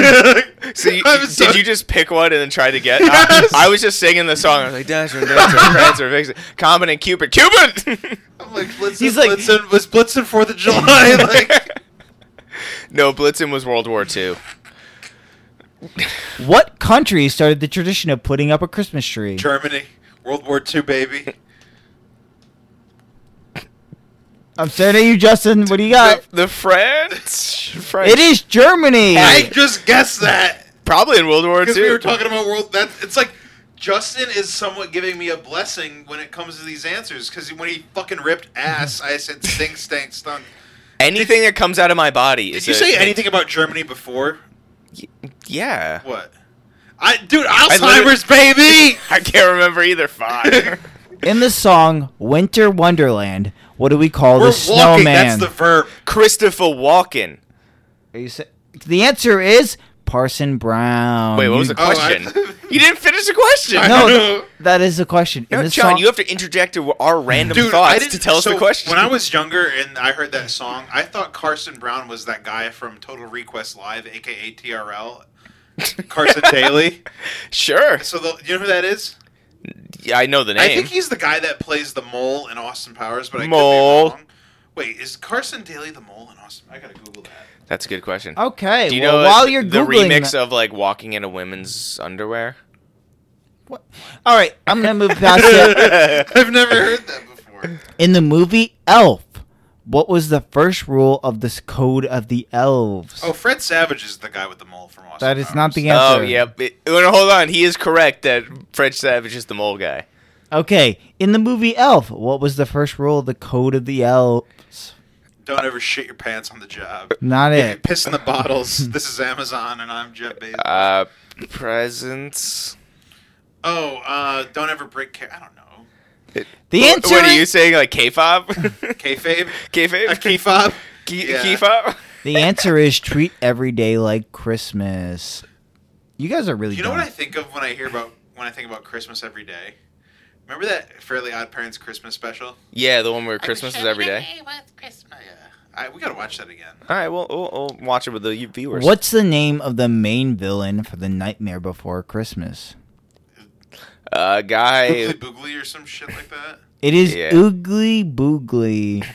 [SPEAKER 5] So you,
[SPEAKER 6] I'm so-
[SPEAKER 5] did you just pick one and then try to get? I, I was just singing the song. I was like, Dasher, Dancer, Prancer, Vixen, Comet, and Cupid. Cupid.
[SPEAKER 6] I'm like, Blitzen,
[SPEAKER 4] He's like-
[SPEAKER 6] Blitzen, was Blitzen Fourth of July? Like,
[SPEAKER 5] no, Blitzen was World War II.
[SPEAKER 4] what country started the tradition of putting up a Christmas tree?
[SPEAKER 6] Germany, World War II, baby.
[SPEAKER 4] I'm staring at you, Justin. What do you got?
[SPEAKER 5] The, the French, French.
[SPEAKER 4] Uh, It is Germany.
[SPEAKER 6] I just guessed that
[SPEAKER 5] probably in World War
[SPEAKER 6] because
[SPEAKER 5] II.
[SPEAKER 6] we were talking about world. That it's like Justin is somewhat giving me a blessing when it comes to these answers because when he fucking ripped ass, I said stink, stank, stunk.
[SPEAKER 5] anything that comes out of my body.
[SPEAKER 6] Did
[SPEAKER 5] is
[SPEAKER 6] you
[SPEAKER 5] a-
[SPEAKER 6] say anything about Germany before?
[SPEAKER 5] Yeah,
[SPEAKER 6] What? I dude,
[SPEAKER 5] literally-
[SPEAKER 6] Alzheimer's, baby.
[SPEAKER 5] I can't remember either. Five.
[SPEAKER 4] In the song "Winter Wonderland," what do we call
[SPEAKER 6] We're
[SPEAKER 4] the
[SPEAKER 6] walking.
[SPEAKER 4] snowman?
[SPEAKER 6] That's the verb.
[SPEAKER 5] Christopher Walken.
[SPEAKER 4] Are you sa- the answer is Parson Brown.
[SPEAKER 5] Wait, what was
[SPEAKER 4] Um, You-
[SPEAKER 5] the
[SPEAKER 6] Oh, I-
[SPEAKER 5] question? you didn't finish the question.
[SPEAKER 4] No, that is the question. In
[SPEAKER 5] No,
[SPEAKER 4] this
[SPEAKER 5] John,
[SPEAKER 4] song-
[SPEAKER 5] you have to interject to our random
[SPEAKER 6] Dude, I
[SPEAKER 5] thoughts
[SPEAKER 6] didn't,
[SPEAKER 5] to tell us
[SPEAKER 6] so
[SPEAKER 5] the question.
[SPEAKER 6] When I was younger and I heard that song, I thought Carson Brown was that guy from Total Request Live, aka TRL, Carson Daly.
[SPEAKER 5] sure,
[SPEAKER 6] So the, you know who that is?
[SPEAKER 5] Yeah, I know the
[SPEAKER 6] I
[SPEAKER 5] name.
[SPEAKER 6] think he's the guy that plays the mole in Austin Powers, but I
[SPEAKER 5] Mole.
[SPEAKER 6] could be wrong. Wait, is Carson Daly the mole in Austin? I gotta Google that.
[SPEAKER 5] That's a good question.
[SPEAKER 4] okay.
[SPEAKER 5] Do you
[SPEAKER 4] well,
[SPEAKER 5] know
[SPEAKER 4] while
[SPEAKER 5] the-
[SPEAKER 4] you're
[SPEAKER 5] the
[SPEAKER 4] googling,
[SPEAKER 5] remix
[SPEAKER 4] that-
[SPEAKER 5] of like walking in a women's underwear?
[SPEAKER 4] all right, I'm gonna move past it.
[SPEAKER 6] I've never heard that before.
[SPEAKER 4] In the movie Elf, what was the first rule of this code of the elves?
[SPEAKER 6] Oh, Fred Savage is the guy with the mole from Austin.
[SPEAKER 4] that is not the
[SPEAKER 6] Powers.
[SPEAKER 4] answer.
[SPEAKER 5] Oh yeah. It- oh, no, hold on. He is correct that French Savage is the mole guy.
[SPEAKER 4] Okay. In the movie Elf, what was the first rule of the code of the elves?
[SPEAKER 6] Don't ever shit your pants on the job.
[SPEAKER 4] Not
[SPEAKER 6] If you
[SPEAKER 4] it.
[SPEAKER 6] piss in the bottles, this is Amazon, and I'm Jeff Bezos.
[SPEAKER 5] Uh, presents.
[SPEAKER 6] Oh, uh, don't ever break. Ca- I don't know.
[SPEAKER 4] The
[SPEAKER 5] Wh-
[SPEAKER 4] answer.
[SPEAKER 5] What are you
[SPEAKER 4] is-
[SPEAKER 5] saying? Like K-fob?
[SPEAKER 6] Kayfabe. A
[SPEAKER 5] K-fab?
[SPEAKER 6] kayfob.
[SPEAKER 5] K-
[SPEAKER 6] yeah.
[SPEAKER 5] K-fob?
[SPEAKER 4] the answer is treat every day like Christmas. You guys are really.
[SPEAKER 6] You know what
[SPEAKER 4] dumb.
[SPEAKER 6] I think of when I hear about when I think about Christmas every day? Remember that Fairly Odd Parents Christmas special?
[SPEAKER 5] Yeah, the one where Christmas is every day.
[SPEAKER 6] Oh, yeah. I, we gotta watch that again.
[SPEAKER 5] All right, well, we'll, we'll watch it with the viewers.
[SPEAKER 4] What's the name of the main villain for The Nightmare Before Christmas?
[SPEAKER 5] Uh, guy.
[SPEAKER 6] Boogly Boogly or some shit like that.
[SPEAKER 4] It is
[SPEAKER 5] Yeah.
[SPEAKER 4] Oogly Boogly.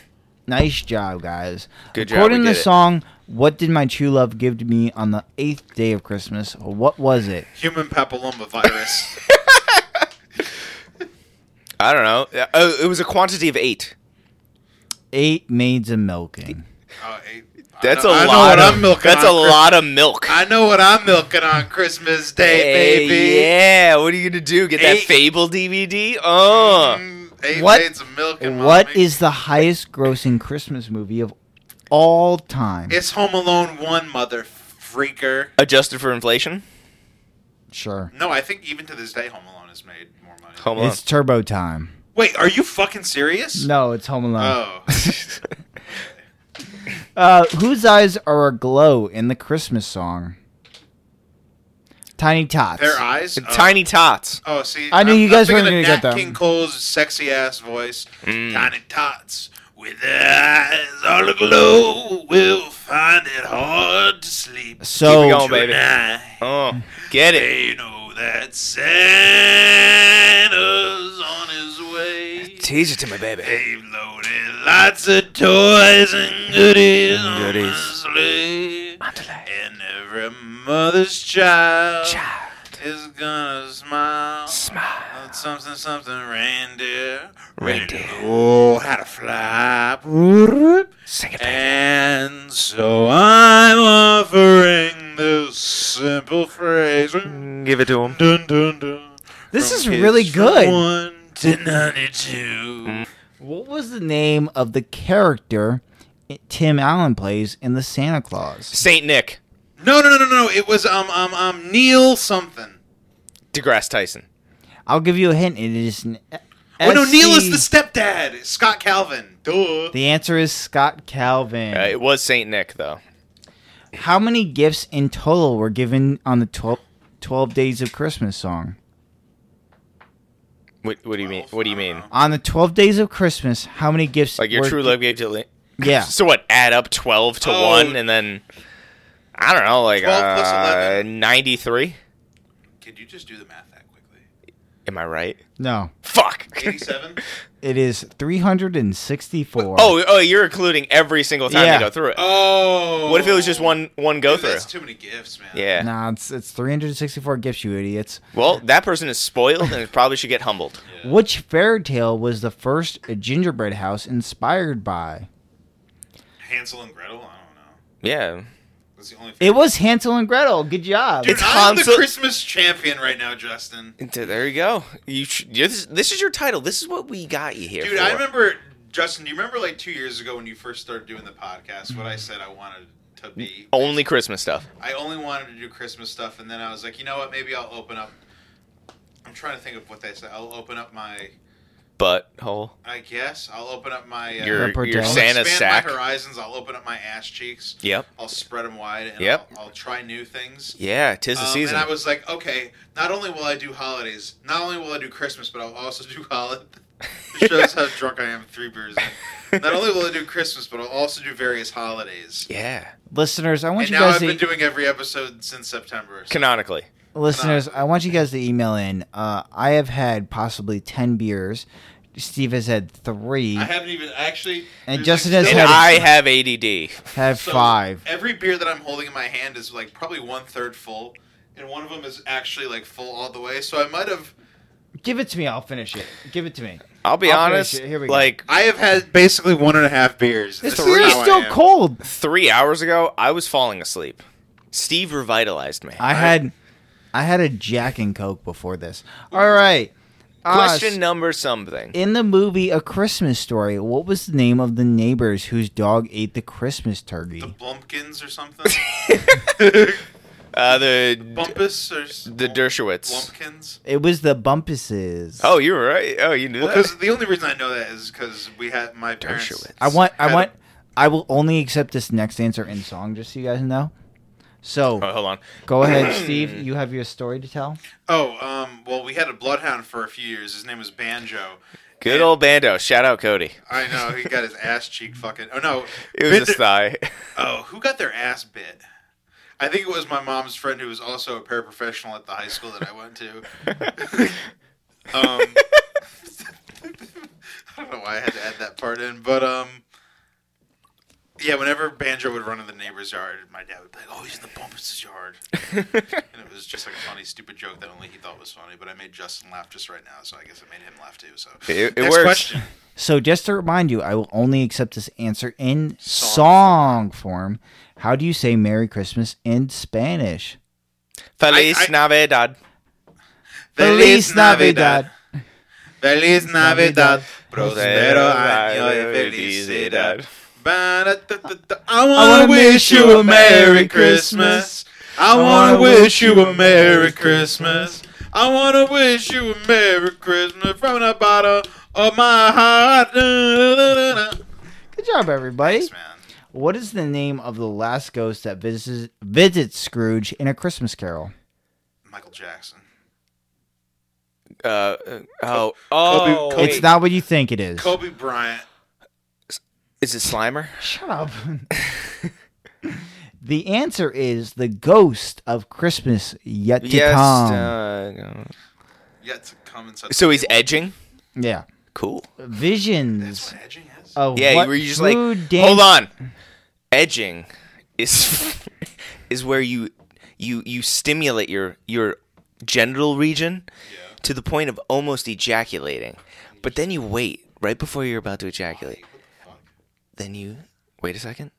[SPEAKER 4] Nice job, guys.
[SPEAKER 5] Good job,
[SPEAKER 4] According
[SPEAKER 5] we
[SPEAKER 4] to the
[SPEAKER 5] did it.
[SPEAKER 4] song "What Did My True Love Give to Me" on the eighth day of Christmas, what was it?
[SPEAKER 6] Human papilloma virus.
[SPEAKER 5] I don't know. Uh, Oh, it was a quantity of eight.
[SPEAKER 4] Eight maids a milking.
[SPEAKER 6] oh, hey, I
[SPEAKER 5] That's
[SPEAKER 6] know-
[SPEAKER 5] a
[SPEAKER 6] I know
[SPEAKER 5] lot.
[SPEAKER 6] what
[SPEAKER 5] Of,
[SPEAKER 6] I'm milking
[SPEAKER 5] that's a
[SPEAKER 6] on Christ-
[SPEAKER 5] lot of milk.
[SPEAKER 6] I know what I'm milking on Christmas Day,
[SPEAKER 5] Hey,
[SPEAKER 6] baby.
[SPEAKER 5] Yeah. What are you gonna do? Get that
[SPEAKER 6] Eight.
[SPEAKER 5] Fable DVD? Oh.
[SPEAKER 6] Mm, eight
[SPEAKER 4] What-
[SPEAKER 6] maids of milk and
[SPEAKER 4] What
[SPEAKER 6] mommy.
[SPEAKER 4] is the highest grossing Christmas movie of all time?
[SPEAKER 6] It's Home Alone One, mother freaker.
[SPEAKER 5] Adjusted for inflation.
[SPEAKER 4] Sure.
[SPEAKER 6] No, I think even to this day, Home Alone has made more money.
[SPEAKER 5] Home Alone.
[SPEAKER 4] It's Turbo Time.
[SPEAKER 6] Wait, are you fucking serious?
[SPEAKER 4] No, it's Home Alone.
[SPEAKER 6] Oh,
[SPEAKER 4] Uh, whose eyes are aglow in the Christmas song? Tiny Tots.
[SPEAKER 6] their eyes. Oh.
[SPEAKER 5] Tiny tots.
[SPEAKER 6] Oh, see,
[SPEAKER 4] I knew
[SPEAKER 6] I'm-
[SPEAKER 4] you
[SPEAKER 6] I'm
[SPEAKER 4] guys
[SPEAKER 6] thinking
[SPEAKER 4] weren't
[SPEAKER 6] of
[SPEAKER 4] gonna get
[SPEAKER 6] Nat
[SPEAKER 4] that.
[SPEAKER 6] King Cole's sexy ass voice.
[SPEAKER 5] Mm-hmm. Mm.
[SPEAKER 6] Tiny tots with their eyes all aglow will find it hard to sleep.
[SPEAKER 4] So
[SPEAKER 5] Keep it going, baby.
[SPEAKER 6] tonight.
[SPEAKER 5] Oh, get it.
[SPEAKER 6] They know that Santa's on his way.
[SPEAKER 5] Tease it to my baby.
[SPEAKER 6] They've loaded lots of toys and goodies,
[SPEAKER 5] Goodies.
[SPEAKER 6] on the sleigh. And every mother's child, is gonna smile. Smile. Something, something, reindeer. Reindeer. Oh, how to fly. Sing it, and so I'm offering this simple phrase.
[SPEAKER 5] Give it to him.
[SPEAKER 6] Dun, dun, dun.
[SPEAKER 4] This
[SPEAKER 6] From
[SPEAKER 4] is
[SPEAKER 6] kids
[SPEAKER 4] really
[SPEAKER 6] from
[SPEAKER 4] good.
[SPEAKER 6] One to ninety-two.
[SPEAKER 4] What was the name of the character i- Tim Allen plays in The Santa Claus?
[SPEAKER 5] Saint Nick.
[SPEAKER 6] No, no, no, no, no. It was um um um Neil something.
[SPEAKER 5] DeGrasse Tyson.
[SPEAKER 4] I'll give you a hint. It is. An e-
[SPEAKER 6] Oh no, Neil is
[SPEAKER 4] SC.
[SPEAKER 6] the stepdad. Scott Calvin. Duh.
[SPEAKER 4] The answer is Scott Calvin.
[SPEAKER 5] Uh, it was Saint Nick though.
[SPEAKER 4] How many gifts in total were given on the 12, 12 Days of Christmas song?
[SPEAKER 5] What, what do you mean? What do you mean?
[SPEAKER 6] Uh,
[SPEAKER 4] On the 12 Days of Christmas, how many gifts
[SPEAKER 5] Like your
[SPEAKER 4] were
[SPEAKER 5] true
[SPEAKER 4] gi-
[SPEAKER 5] love gave to
[SPEAKER 4] Yeah.
[SPEAKER 5] So what? Add up twelve to
[SPEAKER 6] Oh.
[SPEAKER 5] one, and then I don't know, like
[SPEAKER 6] 12 plus
[SPEAKER 5] uh,
[SPEAKER 6] 11.
[SPEAKER 5] ninety-three.
[SPEAKER 6] Could you just do the math that quickly?
[SPEAKER 5] Am I right?
[SPEAKER 4] No,
[SPEAKER 5] Fuck.
[SPEAKER 6] 87?
[SPEAKER 4] it is 364.
[SPEAKER 5] oh, oh, you're including every single time
[SPEAKER 4] Yeah.
[SPEAKER 5] you go through it.
[SPEAKER 6] oh.
[SPEAKER 5] What if it was just one one go
[SPEAKER 6] Dude,
[SPEAKER 5] through?
[SPEAKER 6] That's too many gifts, man.
[SPEAKER 5] Yeah.
[SPEAKER 4] Nah, it's, it's 364 gifts, you idiots.
[SPEAKER 5] Well, that person is spoiled and probably should get humbled.
[SPEAKER 4] Which fairy tale was the first gingerbread house inspired by?
[SPEAKER 6] Hansel and Gretel? I don't know.
[SPEAKER 5] Yeah.
[SPEAKER 6] That's the only thing.
[SPEAKER 4] It was Hansel and Gretel. Good job.
[SPEAKER 6] Dude,
[SPEAKER 5] It's
[SPEAKER 6] I'm
[SPEAKER 5] Hansel-
[SPEAKER 6] the Christmas champion right now, Justin.
[SPEAKER 5] And th- There you go. You sh- you- this, this is your title. This is what we got you here.
[SPEAKER 6] Dude,
[SPEAKER 5] for.
[SPEAKER 6] I remember, Justin, do you remember like two years ago when you first started doing the podcast, what I said I wanted to be?
[SPEAKER 5] only Christmas stuff.
[SPEAKER 6] I only wanted to do Christmas stuff, and then I was like, you know what? Maybe I'll open up. I'm trying to think of what they said. I'll open up my.
[SPEAKER 5] Butthole.
[SPEAKER 6] I guess I'll open up my. Uh,
[SPEAKER 5] Your
[SPEAKER 4] Leopard
[SPEAKER 5] your
[SPEAKER 4] doll.
[SPEAKER 6] I'll
[SPEAKER 5] Santa
[SPEAKER 6] expand
[SPEAKER 5] sack.
[SPEAKER 6] my horizons. I'll open up my ass cheeks.
[SPEAKER 5] Yep.
[SPEAKER 6] I'll spread them wide. And
[SPEAKER 5] Yep.
[SPEAKER 6] I'll, I'll try new things.
[SPEAKER 5] Yeah, tis the
[SPEAKER 6] Um,
[SPEAKER 5] season.
[SPEAKER 6] And I was like, okay, not only will I do holidays, not only will I do Christmas, but I'll also do holiday. It shows how drunk I am three beers in. Not only will I do Christmas, but I'll also do various holidays.
[SPEAKER 5] yeah.
[SPEAKER 4] listeners, I want
[SPEAKER 6] And
[SPEAKER 4] you
[SPEAKER 6] now
[SPEAKER 4] guys
[SPEAKER 6] I've
[SPEAKER 4] to
[SPEAKER 6] been doing every episode since September. So
[SPEAKER 5] Canonically.
[SPEAKER 4] listeners, I want you guys to email in. Uh, I have had possibly 10 beers. Steve has had 3.
[SPEAKER 6] I haven't even actually.
[SPEAKER 4] And
[SPEAKER 6] there's,
[SPEAKER 4] Justin
[SPEAKER 6] like,
[SPEAKER 4] has
[SPEAKER 5] And
[SPEAKER 6] still-
[SPEAKER 4] had a-
[SPEAKER 5] I have ADD.
[SPEAKER 4] have
[SPEAKER 6] so
[SPEAKER 4] 5.
[SPEAKER 6] Every beer that I'm holding in my hand is like probably one third full, and one of them is actually like full all the way. So I might have.
[SPEAKER 4] Give it to me. I'll finish it. Give it to me.
[SPEAKER 5] I'll be
[SPEAKER 4] I'll finish
[SPEAKER 5] honest.
[SPEAKER 4] it. Here we go.
[SPEAKER 5] like
[SPEAKER 6] I have had basically one and a half beers.
[SPEAKER 4] This
[SPEAKER 6] is
[SPEAKER 4] beer is
[SPEAKER 6] how I
[SPEAKER 4] still
[SPEAKER 6] am.
[SPEAKER 4] cold.
[SPEAKER 5] three hours ago, I was falling asleep. Steve revitalized me.
[SPEAKER 4] I had I had a Jack and Coke before this. All right. Uh,
[SPEAKER 5] Question number something.
[SPEAKER 4] in the movie A Christmas Story, what was the name of the neighbors whose dog ate the Christmas
[SPEAKER 6] The
[SPEAKER 4] turkey?
[SPEAKER 6] Blumpkins or something.
[SPEAKER 5] Uh, the
[SPEAKER 6] Bumpus or s-
[SPEAKER 5] the Dershowitz.
[SPEAKER 6] Blumpkins.
[SPEAKER 4] It was the Bumpuses.
[SPEAKER 5] Oh, you were right. Oh, you knew
[SPEAKER 6] Well,
[SPEAKER 5] that.
[SPEAKER 6] because the only reason I know that is because we had my parents.
[SPEAKER 5] Dershowitz.
[SPEAKER 4] I want I
[SPEAKER 6] had
[SPEAKER 4] want I will only accept this next answer in song just so you guys know. So,
[SPEAKER 6] Uh,
[SPEAKER 5] Oh, hold on.
[SPEAKER 4] go ahead, Steve, you have your story to tell.
[SPEAKER 6] Oh, um, well, we had a bloodhound for a few years. His name was Banjo.
[SPEAKER 5] Good old Bando. Shout out Cody.
[SPEAKER 6] I know he got his ass cheek fucking. Oh no,
[SPEAKER 5] It was
[SPEAKER 6] Bit-
[SPEAKER 5] his thigh.
[SPEAKER 6] Oh, who got their ass bit? I think it was my mom's friend who was also a paraprofessional at the high school that I went to. um, I don't know why I had to add that part in, but um, yeah, whenever Banjo would run in the neighbor's yard, my dad would be like, "Oh, he's in the Bumpus' yard," and it was just like a funny, stupid joke that only he thought was funny. But I made Justin laugh just right now, so I guess it made him laugh too. So
[SPEAKER 5] It- it
[SPEAKER 6] next
[SPEAKER 5] works.
[SPEAKER 6] question.
[SPEAKER 4] So, just to remind you, I will only accept this answer in song
[SPEAKER 6] Song.
[SPEAKER 4] form. How do you say Merry Christmas in Spanish?
[SPEAKER 5] Feliz
[SPEAKER 6] I-
[SPEAKER 5] Navidad.
[SPEAKER 4] Feliz Navidad.
[SPEAKER 6] Feliz Navidad, prospero año de
[SPEAKER 5] Felicidad.
[SPEAKER 6] felicidad. Ba-da-da-da-da. I wanna wish you a Merry Christmas. I wanna wish you a Merry Christmas. I wanna wish you a Merry Christmas from the bottom of my heart. Thanks,
[SPEAKER 4] Good job, everybody.
[SPEAKER 6] man.
[SPEAKER 4] What is the name of the last ghost that visits visits Scrooge in a Christmas Carol?
[SPEAKER 6] Michael Jackson.
[SPEAKER 5] Uh, uh, oh, oh.
[SPEAKER 6] Kobe-
[SPEAKER 4] It's not what you think it is.
[SPEAKER 6] Kobe Bryant.
[SPEAKER 5] Is it Slimer?
[SPEAKER 4] Shut up. the answer is the ghost of Christmas yet to
[SPEAKER 5] Yes.
[SPEAKER 4] come.
[SPEAKER 5] uh,
[SPEAKER 6] Yet to come and such
[SPEAKER 5] so he's edging.
[SPEAKER 4] yeah,
[SPEAKER 5] Cool.
[SPEAKER 4] visions
[SPEAKER 6] That's what edging is.
[SPEAKER 4] of
[SPEAKER 5] Yeah,
[SPEAKER 4] what
[SPEAKER 5] you were just like,
[SPEAKER 4] food
[SPEAKER 5] hold
[SPEAKER 4] dance-
[SPEAKER 5] on. Edging is is where you you you stimulate your your genital region to the point of almost ejaculating, but then you wait right before you're about to ejaculate. Then you wait a second.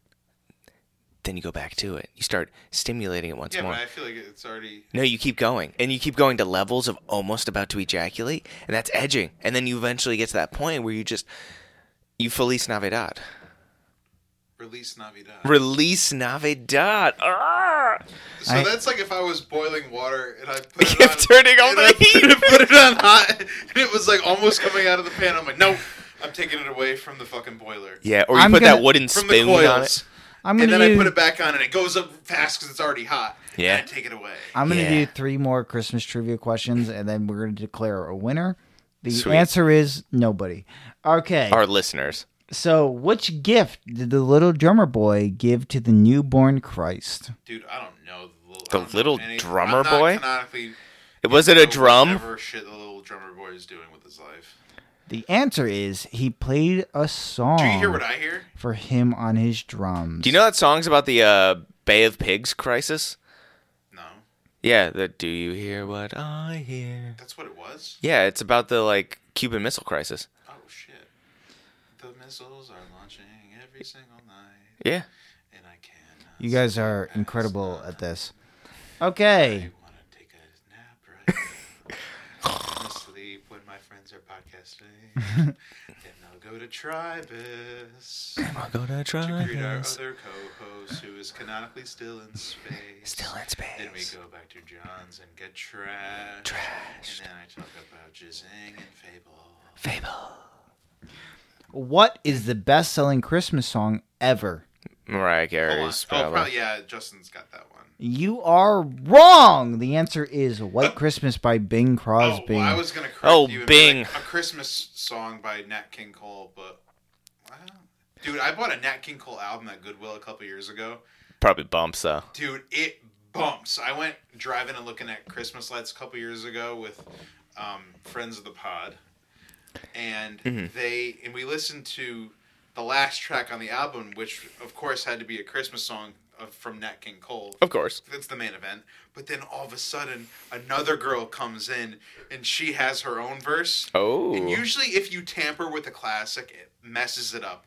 [SPEAKER 5] Then you go back to it. You start stimulating it once
[SPEAKER 6] Yeah,
[SPEAKER 5] more.
[SPEAKER 6] but I feel like it's already.
[SPEAKER 5] No, you keep going, and you keep going to levels of almost about to ejaculate, and that's edging, and then you eventually get to that point where you just you feliz navidad,
[SPEAKER 6] Release Navidad.
[SPEAKER 5] release navidad. Ah!
[SPEAKER 6] So
[SPEAKER 4] I-
[SPEAKER 6] that's like if I was boiling water and I put it
[SPEAKER 5] Keep
[SPEAKER 6] on,
[SPEAKER 5] turning on
[SPEAKER 6] and I
[SPEAKER 5] the heat.
[SPEAKER 6] put it- put it on hot, and it was like almost coming out of the pan. I'm like, no, I'm taking it away from the fucking boiler,
[SPEAKER 5] Yeah, or you
[SPEAKER 4] I'm
[SPEAKER 5] put
[SPEAKER 4] gonna-
[SPEAKER 5] that wooden
[SPEAKER 6] from the
[SPEAKER 5] spoon on
[SPEAKER 6] coils,
[SPEAKER 5] it.
[SPEAKER 4] I'm
[SPEAKER 6] and
[SPEAKER 4] gonna
[SPEAKER 6] then
[SPEAKER 4] do,
[SPEAKER 6] I put it back on, and it goes up fast because it's already hot.
[SPEAKER 5] Yeah.
[SPEAKER 6] and I take it away.
[SPEAKER 4] I'm gonna do
[SPEAKER 5] Yeah.
[SPEAKER 4] three more Christmas trivia questions, and then we're gonna declare a winner. The
[SPEAKER 5] Sweet.
[SPEAKER 4] answer is nobody. Okay.
[SPEAKER 5] Our listeners,
[SPEAKER 4] So, which gift did the little drummer boy give to the newborn Christ?
[SPEAKER 6] Dude, I don't know. The little, I
[SPEAKER 5] The
[SPEAKER 6] don't know
[SPEAKER 5] little
[SPEAKER 6] any-
[SPEAKER 5] drummer
[SPEAKER 6] I'm not
[SPEAKER 5] boy?
[SPEAKER 6] Canonically,
[SPEAKER 5] Was it a
[SPEAKER 6] know
[SPEAKER 5] drum?
[SPEAKER 6] Whatever shit the little drummer boy is doing with his life.
[SPEAKER 4] The answer is he played a song
[SPEAKER 6] Do you hear what I hear?
[SPEAKER 4] for him on his drums.
[SPEAKER 5] Do you know that song's about the uh, Bay of Pigs crisis?
[SPEAKER 6] No,
[SPEAKER 5] Yeah, the Do you hear what I hear?
[SPEAKER 6] that's what it was.
[SPEAKER 5] Yeah, it's about the like Cuban Missile Crisis.
[SPEAKER 6] Oh shit! The missiles are launching every single night,
[SPEAKER 5] Yeah.
[SPEAKER 6] and I can.
[SPEAKER 4] You guys are incredible at this. Okay.
[SPEAKER 6] I want to take a nap right now. I'm asleep when my friends are podcasting. then I'll go to Tribus
[SPEAKER 5] I'll go to
[SPEAKER 6] to
[SPEAKER 5] try
[SPEAKER 6] greet our other co-host, who is canonically still in space.
[SPEAKER 5] Still in space.
[SPEAKER 6] Then we go back to John's and get trashed. Trashed. And then I talk about Jizzing and Fable.
[SPEAKER 4] What is the best selling Christmas song ever?
[SPEAKER 5] Mariah
[SPEAKER 6] Hold on.
[SPEAKER 5] Carey's
[SPEAKER 6] Oh,
[SPEAKER 5] probably.
[SPEAKER 6] probably yeah. Justin's got that one.
[SPEAKER 4] You are wrong. The answer is White Christmas by Bing
[SPEAKER 6] Uh, Oh,
[SPEAKER 4] Crosby.
[SPEAKER 6] well, I was gonna correct
[SPEAKER 5] Oh,
[SPEAKER 6] you. and be
[SPEAKER 5] Bing.
[SPEAKER 6] Like, a Christmas song by Nat King Cole, but I don't- dude, I bought a Nat King Cole album at Goodwill a couple years ago.
[SPEAKER 5] Probably bumps though.
[SPEAKER 6] Dude, it bumps. I went driving and looking at Christmas lights a couple years ago with um, friends of the pod, and
[SPEAKER 5] Mm-hmm.
[SPEAKER 6] they and we listened to the last track on the album, which of course had to be a Christmas song of, from Nat King Cole.
[SPEAKER 5] Of course.
[SPEAKER 6] That's the main event. But then all of a sudden, another girl comes in and she has her own verse.
[SPEAKER 5] Oh.
[SPEAKER 6] And usually, if you tamper with a classic, it messes it up.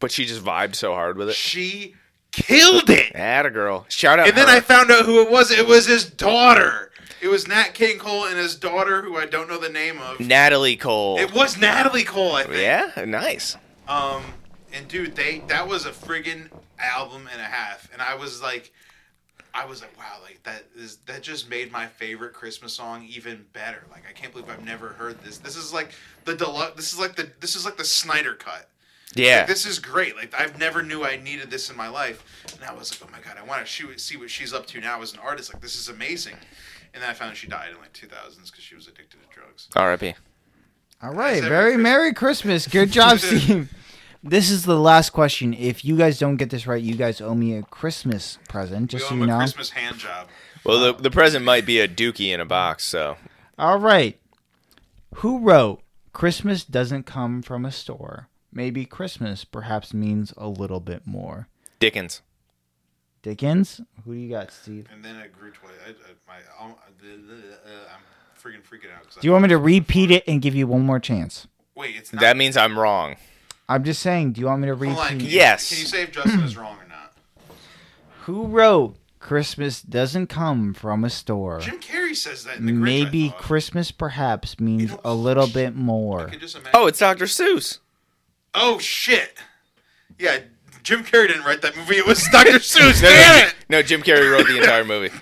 [SPEAKER 5] but she just vibed so hard with it.
[SPEAKER 6] She killed it.
[SPEAKER 5] Atta girl. Shout out.
[SPEAKER 6] And then
[SPEAKER 5] her.
[SPEAKER 6] I found out who it was. It was his daughter. It was Nat King Cole and his daughter, who I don't know the name of.
[SPEAKER 5] Natalie Cole.
[SPEAKER 6] It was Natalie Cole, I think.
[SPEAKER 5] yeah, nice.
[SPEAKER 6] Um, and dude, they that was a friggin' album and a half, and I was like, I was like, wow, like that is that just made my favorite Christmas song even better. Like I can't believe I've never heard this. This is like the deluxe. This is like the this is like the Snyder cut.
[SPEAKER 5] Yeah.
[SPEAKER 6] Like, this is great. Like I've never knew I needed this in my life, and I was like, oh my god, I want to see what she's up to now as an artist. Like this is amazing. And then I found out she died in like 2000s because she was addicted to drugs.
[SPEAKER 5] R.I.P.
[SPEAKER 4] All right.
[SPEAKER 6] Merry
[SPEAKER 4] Very
[SPEAKER 6] Christmas.
[SPEAKER 4] Merry Christmas. Good job, Steve. This is the last question. If you guys don't get this right, you guys owe me a Christmas present,
[SPEAKER 6] We
[SPEAKER 4] just
[SPEAKER 6] owe
[SPEAKER 4] so
[SPEAKER 6] him
[SPEAKER 4] you
[SPEAKER 6] a
[SPEAKER 4] know.
[SPEAKER 6] Christmas hand job.
[SPEAKER 5] Well, the, the present might be a dookie in a box, so.
[SPEAKER 4] All right. Who wrote Christmas doesn't come from a store? Maybe Christmas perhaps means a little bit more.
[SPEAKER 5] Dickens.
[SPEAKER 4] Dickens? Who do you got, Steve?
[SPEAKER 6] And then it grew twice. I, I, my, um, uh, I'm freaking freaking out. 'cause I-
[SPEAKER 4] Do you want me to repeat it and give you one more chance?
[SPEAKER 6] Wait, it's not.
[SPEAKER 5] That means I'm wrong.
[SPEAKER 4] I'm just saying, do you want me to repeat?
[SPEAKER 6] Hold on, can you-
[SPEAKER 5] Yes.
[SPEAKER 6] Can you say if Justin is wrong or not?
[SPEAKER 4] Who wrote Christmas doesn't come from a store?
[SPEAKER 6] Jim Carrey says that in the Grinch.
[SPEAKER 4] Maybe
[SPEAKER 6] I thought.
[SPEAKER 4] Christmas perhaps means
[SPEAKER 6] know,
[SPEAKER 4] a little bit more.
[SPEAKER 6] I could just imagine.
[SPEAKER 5] Oh, it's Dr. Seuss.
[SPEAKER 6] Oh shit! Yeah, Jim Carrey didn't write that movie. It was Dr. Seuss.
[SPEAKER 5] No,
[SPEAKER 6] Damn
[SPEAKER 5] no,
[SPEAKER 6] it!
[SPEAKER 5] no, Jim Carrey wrote the entire movie.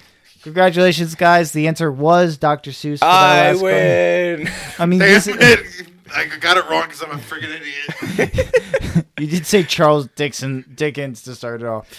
[SPEAKER 4] Congratulations, guys. The answer was Dr. Seuss. For that
[SPEAKER 5] I
[SPEAKER 4] last one.
[SPEAKER 5] win.
[SPEAKER 4] I mean,
[SPEAKER 6] Damn
[SPEAKER 4] this-
[SPEAKER 6] it! I got it wrong because I'm a freaking idiot.
[SPEAKER 4] you did say Charles Dixon Dickens to start it off.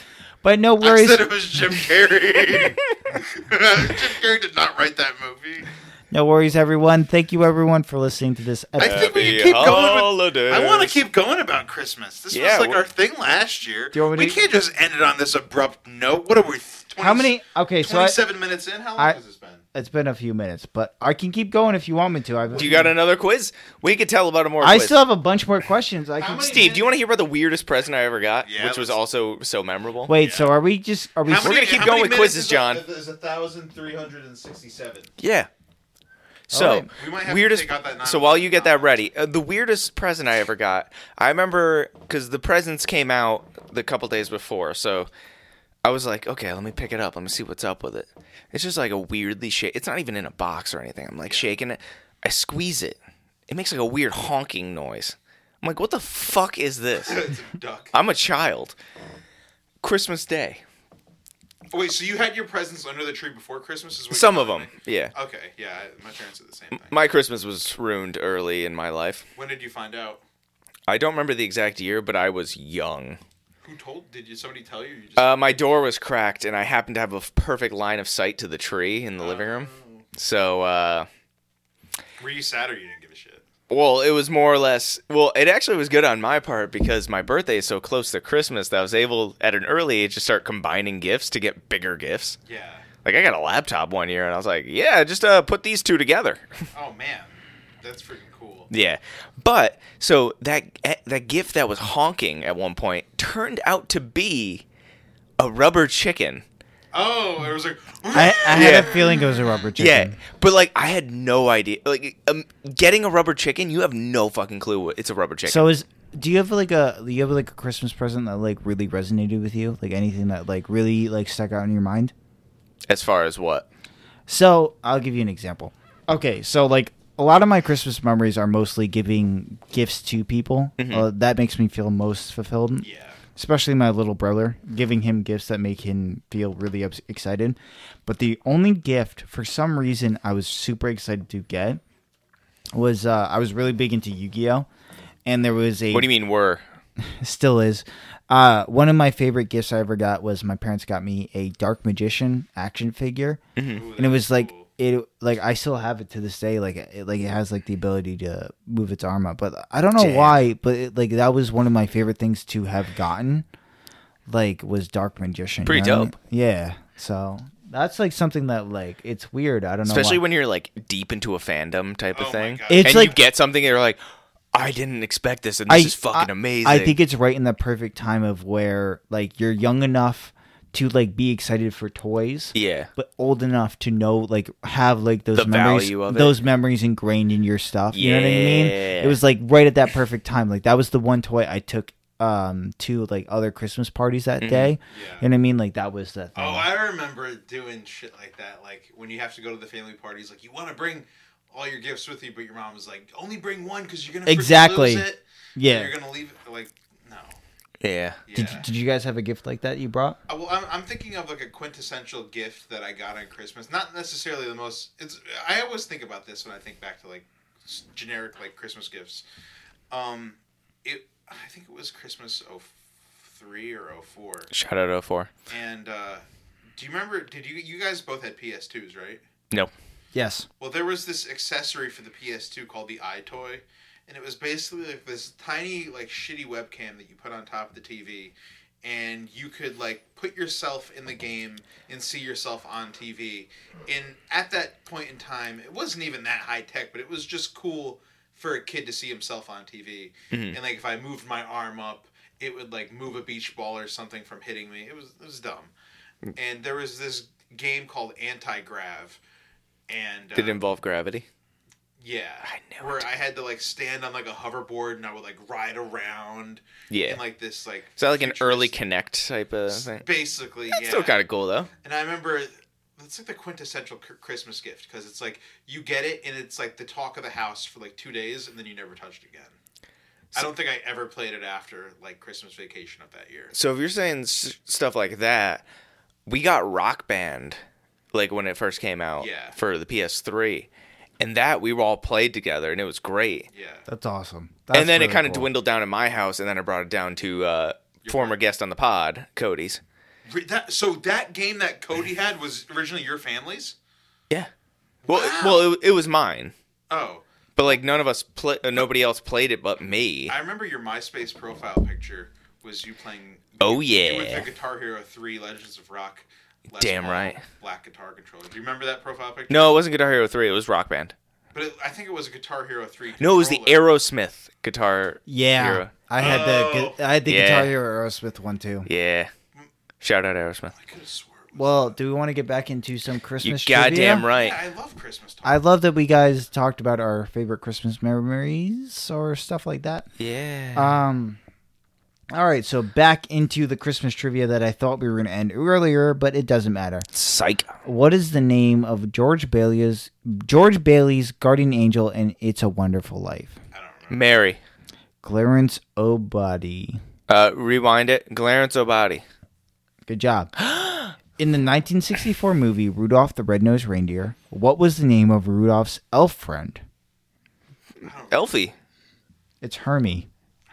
[SPEAKER 4] But no
[SPEAKER 6] I
[SPEAKER 4] worries.
[SPEAKER 6] said it was Jim Carrey. Jim Carrey did not write that movie.
[SPEAKER 4] No worries, everyone. Thank you, everyone, for listening to this
[SPEAKER 6] I
[SPEAKER 4] episode.
[SPEAKER 6] think we
[SPEAKER 5] Happy
[SPEAKER 6] can keep going. With,
[SPEAKER 5] holidays.
[SPEAKER 6] I want to keep going about Christmas. This
[SPEAKER 5] Yeah,
[SPEAKER 6] was like
[SPEAKER 5] well-
[SPEAKER 6] our thing last year.
[SPEAKER 4] you want me
[SPEAKER 6] we
[SPEAKER 4] to-
[SPEAKER 6] can't just end it on this abrupt note. What are we? 20,
[SPEAKER 4] How many? Okay, so I,
[SPEAKER 6] Twenty-seven minutes in. How long
[SPEAKER 4] I-
[SPEAKER 6] has this been?
[SPEAKER 4] it's been a few minutes, but I can keep going if you want me to. I've,
[SPEAKER 5] Do you got another quiz? We could tell about a more
[SPEAKER 4] I
[SPEAKER 5] quiz.
[SPEAKER 4] still have a bunch more questions. I
[SPEAKER 6] How
[SPEAKER 4] can
[SPEAKER 6] many
[SPEAKER 5] Steve, do you want to hear about the weirdest present I ever got,
[SPEAKER 6] Yeah,
[SPEAKER 5] which was
[SPEAKER 6] let's-
[SPEAKER 5] also so memorable?
[SPEAKER 4] wait. So are we just are we?
[SPEAKER 6] How
[SPEAKER 5] We're
[SPEAKER 6] many-
[SPEAKER 5] gonna keep
[SPEAKER 6] how
[SPEAKER 5] going
[SPEAKER 6] many
[SPEAKER 5] with
[SPEAKER 6] minutes
[SPEAKER 5] quizzes,
[SPEAKER 6] is
[SPEAKER 5] John.
[SPEAKER 6] A, is a thousand three hundred and sixty-seven.
[SPEAKER 5] Yeah. So,
[SPEAKER 4] Alright.
[SPEAKER 6] We might have to
[SPEAKER 5] weirdest.
[SPEAKER 6] take out that nine
[SPEAKER 5] so while you get
[SPEAKER 6] eleven
[SPEAKER 5] that ready, uh, the weirdest present I ever got. I remember because the presents came out the couple days before, so I was like, okay, let me pick it up. Let me see what's up with it. It's just like a weirdly shake. It's not even in a box or anything. I'm like shaking it. I squeeze it. It makes like a weird honking noise. I'm like, what the fuck is this?
[SPEAKER 6] It's a duck.
[SPEAKER 5] I'm a child. Christmas Day.
[SPEAKER 6] Oh, Wait, so you had your presents under the tree before Christmas? Is what
[SPEAKER 5] Some
[SPEAKER 6] you're
[SPEAKER 5] of them.
[SPEAKER 6] telling me?
[SPEAKER 5] Yeah.
[SPEAKER 6] Okay, yeah, I- my parents did the same thing.
[SPEAKER 5] My Christmas was ruined early in my life.
[SPEAKER 6] When did you find out?
[SPEAKER 5] I don't remember the exact year, but I was young.
[SPEAKER 6] Who told? Did you somebody tell you? you just,
[SPEAKER 5] Uh, my door was cracked, and I happened to have a f- perfect line of sight to the tree in the living room. So uh,
[SPEAKER 6] were you sad or you didn't give a shit?
[SPEAKER 5] Well, it was more or less. Well, it actually was good on my part because my birthday is so close to Christmas that I was able at an early age to start combining gifts to get bigger gifts.
[SPEAKER 6] Yeah.
[SPEAKER 5] Like I got a laptop one year, and I was like, "Yeah, just uh, put these two together."
[SPEAKER 6] Oh man, that's freaking cool.
[SPEAKER 5] yeah, but so that eh, that gift that was honking at one point turned out to be a rubber chicken.
[SPEAKER 6] Oh, it was like
[SPEAKER 4] I, I had
[SPEAKER 5] Yeah.
[SPEAKER 4] a feeling it was a rubber chicken.
[SPEAKER 5] Yeah, but like I had no idea. Like um, getting a rubber chicken, you have no fucking clue what it's a rubber chicken.
[SPEAKER 4] So is do you have like a do you have like a Christmas present that like really resonated with you? Like anything that like really like stuck out in your mind?
[SPEAKER 5] as far as what?
[SPEAKER 4] So I'll give you an example. Okay, so like a lot of my Christmas memories are mostly giving gifts to people.
[SPEAKER 5] Mm-hmm.
[SPEAKER 4] Uh, that makes me feel most fulfilled.
[SPEAKER 6] yeah.
[SPEAKER 4] Especially my little brother, giving him gifts that make him feel really ups- excited. But the only gift, for some reason, I was super excited to get was uh, I was really big into Yu Gi Oh! And there was a
[SPEAKER 5] What do you mean were?
[SPEAKER 4] still is. Uh, one of my favorite gifts I ever got was my parents got me a Dark Magician action figure, hmm.
[SPEAKER 5] Mm-hmm.
[SPEAKER 4] and it was like it like I still have it to this day. Like it like it has like the ability to move its arm up, but I don't know why. But it, like that was one of my favorite things to have gotten. Like was Dark Magician
[SPEAKER 5] Pretty
[SPEAKER 4] know what I
[SPEAKER 5] dope.
[SPEAKER 4] mean? Yeah, so that's like something that like it's weird. I don't know,
[SPEAKER 5] Especially
[SPEAKER 4] why.
[SPEAKER 5] when you're like deep into a fandom type of
[SPEAKER 6] Oh my
[SPEAKER 5] thing,
[SPEAKER 6] God.
[SPEAKER 4] It's
[SPEAKER 5] and you
[SPEAKER 4] like-
[SPEAKER 5] get something, and you're like, I didn't expect this, and this is fucking
[SPEAKER 4] I-
[SPEAKER 5] amazing.
[SPEAKER 4] I think it's right in the perfect time of where like you're young enough to like be excited for toys.
[SPEAKER 5] yeah,
[SPEAKER 4] but old enough to know like have like those
[SPEAKER 5] The
[SPEAKER 4] memories
[SPEAKER 5] value of it.
[SPEAKER 4] those memories ingrained in your stuff you know what i mean
[SPEAKER 5] Yeah.
[SPEAKER 4] it was like right at that perfect time like that was the one toy i took um to like other christmas parties that
[SPEAKER 5] Mm-hmm.
[SPEAKER 4] day
[SPEAKER 6] Yeah.
[SPEAKER 4] you know what i mean like that was the thing
[SPEAKER 6] Oh, I remember doing shit like that. Like when you have to go to the family parties, like you want to bring all your gifts with you, but your mom was like, "Only bring one because you're gonna freaking
[SPEAKER 4] Exactly.
[SPEAKER 6] lose it.
[SPEAKER 4] yeah
[SPEAKER 6] You're gonna leave it like no."
[SPEAKER 5] yeah.
[SPEAKER 6] Yeah.
[SPEAKER 4] did, did you guys have a gift like that you brought
[SPEAKER 6] Uh, Well, I'm, I'm thinking of like a quintessential gift that I got on Christmas. Not necessarily the most. It's I always think about this when I think back to like s- generic like Christmas gifts. Um, it I think it was Christmas oh three or oh four.
[SPEAKER 5] Shout out 04.
[SPEAKER 6] And uh, do you remember? Did you you guys both had PS2s, right?
[SPEAKER 5] No,
[SPEAKER 4] yes
[SPEAKER 6] Well, there was this accessory for the PS2 called the iToy, and it was basically like this tiny, like shitty webcam that you put on top of the TV, and you could like put yourself in the game and see yourself on TV. And at that point in time, it wasn't even that high tech, but it was just cool for a kid to see himself on TV.
[SPEAKER 5] Mm-hmm.
[SPEAKER 6] And like if I moved my arm up, it would like move a beach ball or something from hitting me. It was it was dumb.
[SPEAKER 5] Mm.
[SPEAKER 6] And there was this game called Anti Grav. And uh,
[SPEAKER 5] did it involve gravity?
[SPEAKER 6] yeah. I
[SPEAKER 5] knew
[SPEAKER 6] Where I had to like stand on like a hoverboard and I would like ride around.
[SPEAKER 5] Yeah.
[SPEAKER 6] In like this like.
[SPEAKER 5] Is that like an early
[SPEAKER 6] futuristic-
[SPEAKER 5] Connect type of thing?
[SPEAKER 6] Basically,
[SPEAKER 5] That's
[SPEAKER 6] yeah.
[SPEAKER 5] still kind of cool though.
[SPEAKER 6] And I remember that's like the quintessential c- Christmas gift because it's like you get it and it's like the talk of the house for like two days and then you never touch it again. I don't think I ever played it after like Christmas vacation of that year.
[SPEAKER 5] So if you're saying s- stuff like that, we got Rock Band like when it first came out
[SPEAKER 6] Yeah.
[SPEAKER 5] for the PS3, and that we were all played together, and it was great.
[SPEAKER 6] Yeah.
[SPEAKER 4] that's awesome That's
[SPEAKER 5] and then it
[SPEAKER 4] really
[SPEAKER 5] kind of
[SPEAKER 4] cool.
[SPEAKER 5] dwindled down in my house, and then I brought it down to uh, former guest on the pod, Cody's.
[SPEAKER 6] Re- That, so that game that Cody had was originally your family's?
[SPEAKER 5] Yeah. Well, it- well, it, it was mine,
[SPEAKER 6] Oh.
[SPEAKER 5] but like none of us, pla uh, nobody else played it but me.
[SPEAKER 6] I remember your MySpace profile picture was you playing
[SPEAKER 5] Oh
[SPEAKER 6] with
[SPEAKER 5] yeah.
[SPEAKER 6] the Guitar Hero 3 Legends of Rock. Les
[SPEAKER 5] Damn
[SPEAKER 6] Paul
[SPEAKER 5] right.
[SPEAKER 6] Black guitar controller. Do you remember that profile picture?
[SPEAKER 5] No, it wasn't Guitar Hero Three. It was Rock Band.
[SPEAKER 6] But it, I think it was a Guitar Hero 3.
[SPEAKER 5] No, it was the
[SPEAKER 6] controller.
[SPEAKER 5] Aerosmith guitar.
[SPEAKER 4] yeah
[SPEAKER 5] Hero.
[SPEAKER 4] i had the
[SPEAKER 6] Oh.
[SPEAKER 4] gu- i had the
[SPEAKER 5] Yeah.
[SPEAKER 4] guitar hero aerosmith one too
[SPEAKER 5] Yeah. Shout out Aerosmith.
[SPEAKER 6] I could have swore. it was-
[SPEAKER 4] well do we want to get back into some
[SPEAKER 5] You
[SPEAKER 4] christmas
[SPEAKER 5] goddamn
[SPEAKER 4] trivia?
[SPEAKER 5] right.
[SPEAKER 6] Yeah, I love Christmas time.
[SPEAKER 4] I love that we guys talked about our favorite Christmas memories or stuff like that.
[SPEAKER 5] Yeah.
[SPEAKER 4] Um all right, so back into the Christmas trivia that I thought we were going to end earlier, but it doesn't matter.
[SPEAKER 5] Psych.
[SPEAKER 4] What is the name of George Bailey's George Bailey's guardian angel in It's a Wonderful Life?
[SPEAKER 6] I don't remember.
[SPEAKER 5] Mary.
[SPEAKER 4] Clarence O'Body.
[SPEAKER 5] Uh, rewind it. Clarence O'Body.
[SPEAKER 4] Good job. In the 1964 movie Rudolph the Red-Nosed Reindeer, what was the name of Rudolph's elf friend?
[SPEAKER 5] Elfie.
[SPEAKER 4] It's Hermie.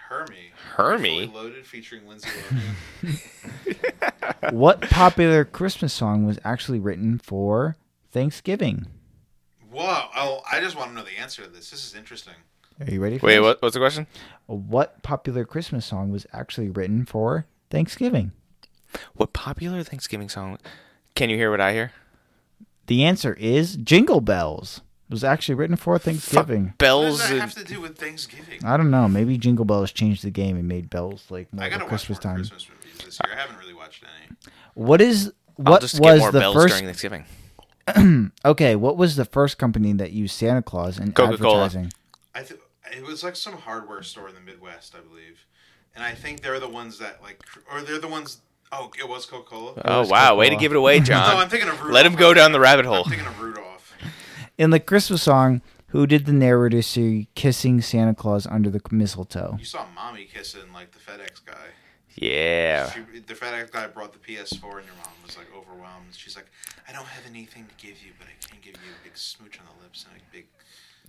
[SPEAKER 6] Hermie. Fully
[SPEAKER 5] Hermie.
[SPEAKER 6] Loaded featuring Lindsay Lohan.
[SPEAKER 4] what popular Christmas song was actually written for Thanksgiving?
[SPEAKER 6] Whoa. Oh, I just want to know the answer to this. This is interesting.
[SPEAKER 4] Are you ready? For
[SPEAKER 5] Wait,
[SPEAKER 4] this?
[SPEAKER 5] what, what's the question?
[SPEAKER 4] What popular Christmas song was actually written for Thanksgiving?
[SPEAKER 5] What popular Thanksgiving song? Can you hear what I hear?
[SPEAKER 4] The answer is Jingle Bells. It was actually written for Thanksgiving.
[SPEAKER 6] What
[SPEAKER 5] Bells.
[SPEAKER 6] does that
[SPEAKER 5] and-
[SPEAKER 6] have to do with Thanksgiving?
[SPEAKER 5] Oh,
[SPEAKER 4] I don't know. Maybe Jingle Bells changed the game and made bells like more
[SPEAKER 6] I
[SPEAKER 4] of a
[SPEAKER 6] gotta watch more
[SPEAKER 4] Christmas time.
[SPEAKER 6] Christmas movies this year. I haven't really watched any.
[SPEAKER 4] What is
[SPEAKER 5] I'll
[SPEAKER 4] what
[SPEAKER 5] just get
[SPEAKER 4] was
[SPEAKER 5] more
[SPEAKER 4] the
[SPEAKER 5] bells
[SPEAKER 4] first?
[SPEAKER 5] during Thanksgiving.
[SPEAKER 4] Okay, what was the first company that used Santa Claus in
[SPEAKER 5] Coca-Cola.
[SPEAKER 4] advertising?
[SPEAKER 6] I th- it was like some hardware store in the Midwest, I believe, and I think they're the ones that like, cr- or they're the ones. Oh, it was Coca Cola.
[SPEAKER 5] Oh wow, way to give it away,
[SPEAKER 6] no, I'm
[SPEAKER 5] John.
[SPEAKER 6] thinking of Rudolph.
[SPEAKER 5] Let him go down the rabbit hole.
[SPEAKER 6] I'm thinking of Rudolph.
[SPEAKER 4] In the Christmas song, who did the narrator see kissing Santa Claus under the mistletoe?
[SPEAKER 6] You saw mommy kissing like the FedEx guy.
[SPEAKER 5] Yeah.
[SPEAKER 6] She, the FedEx guy brought the PS4, and your mom was like overwhelmed. She's like, "I don't have anything to give you, but I can give you a big smooch on the lips and a big."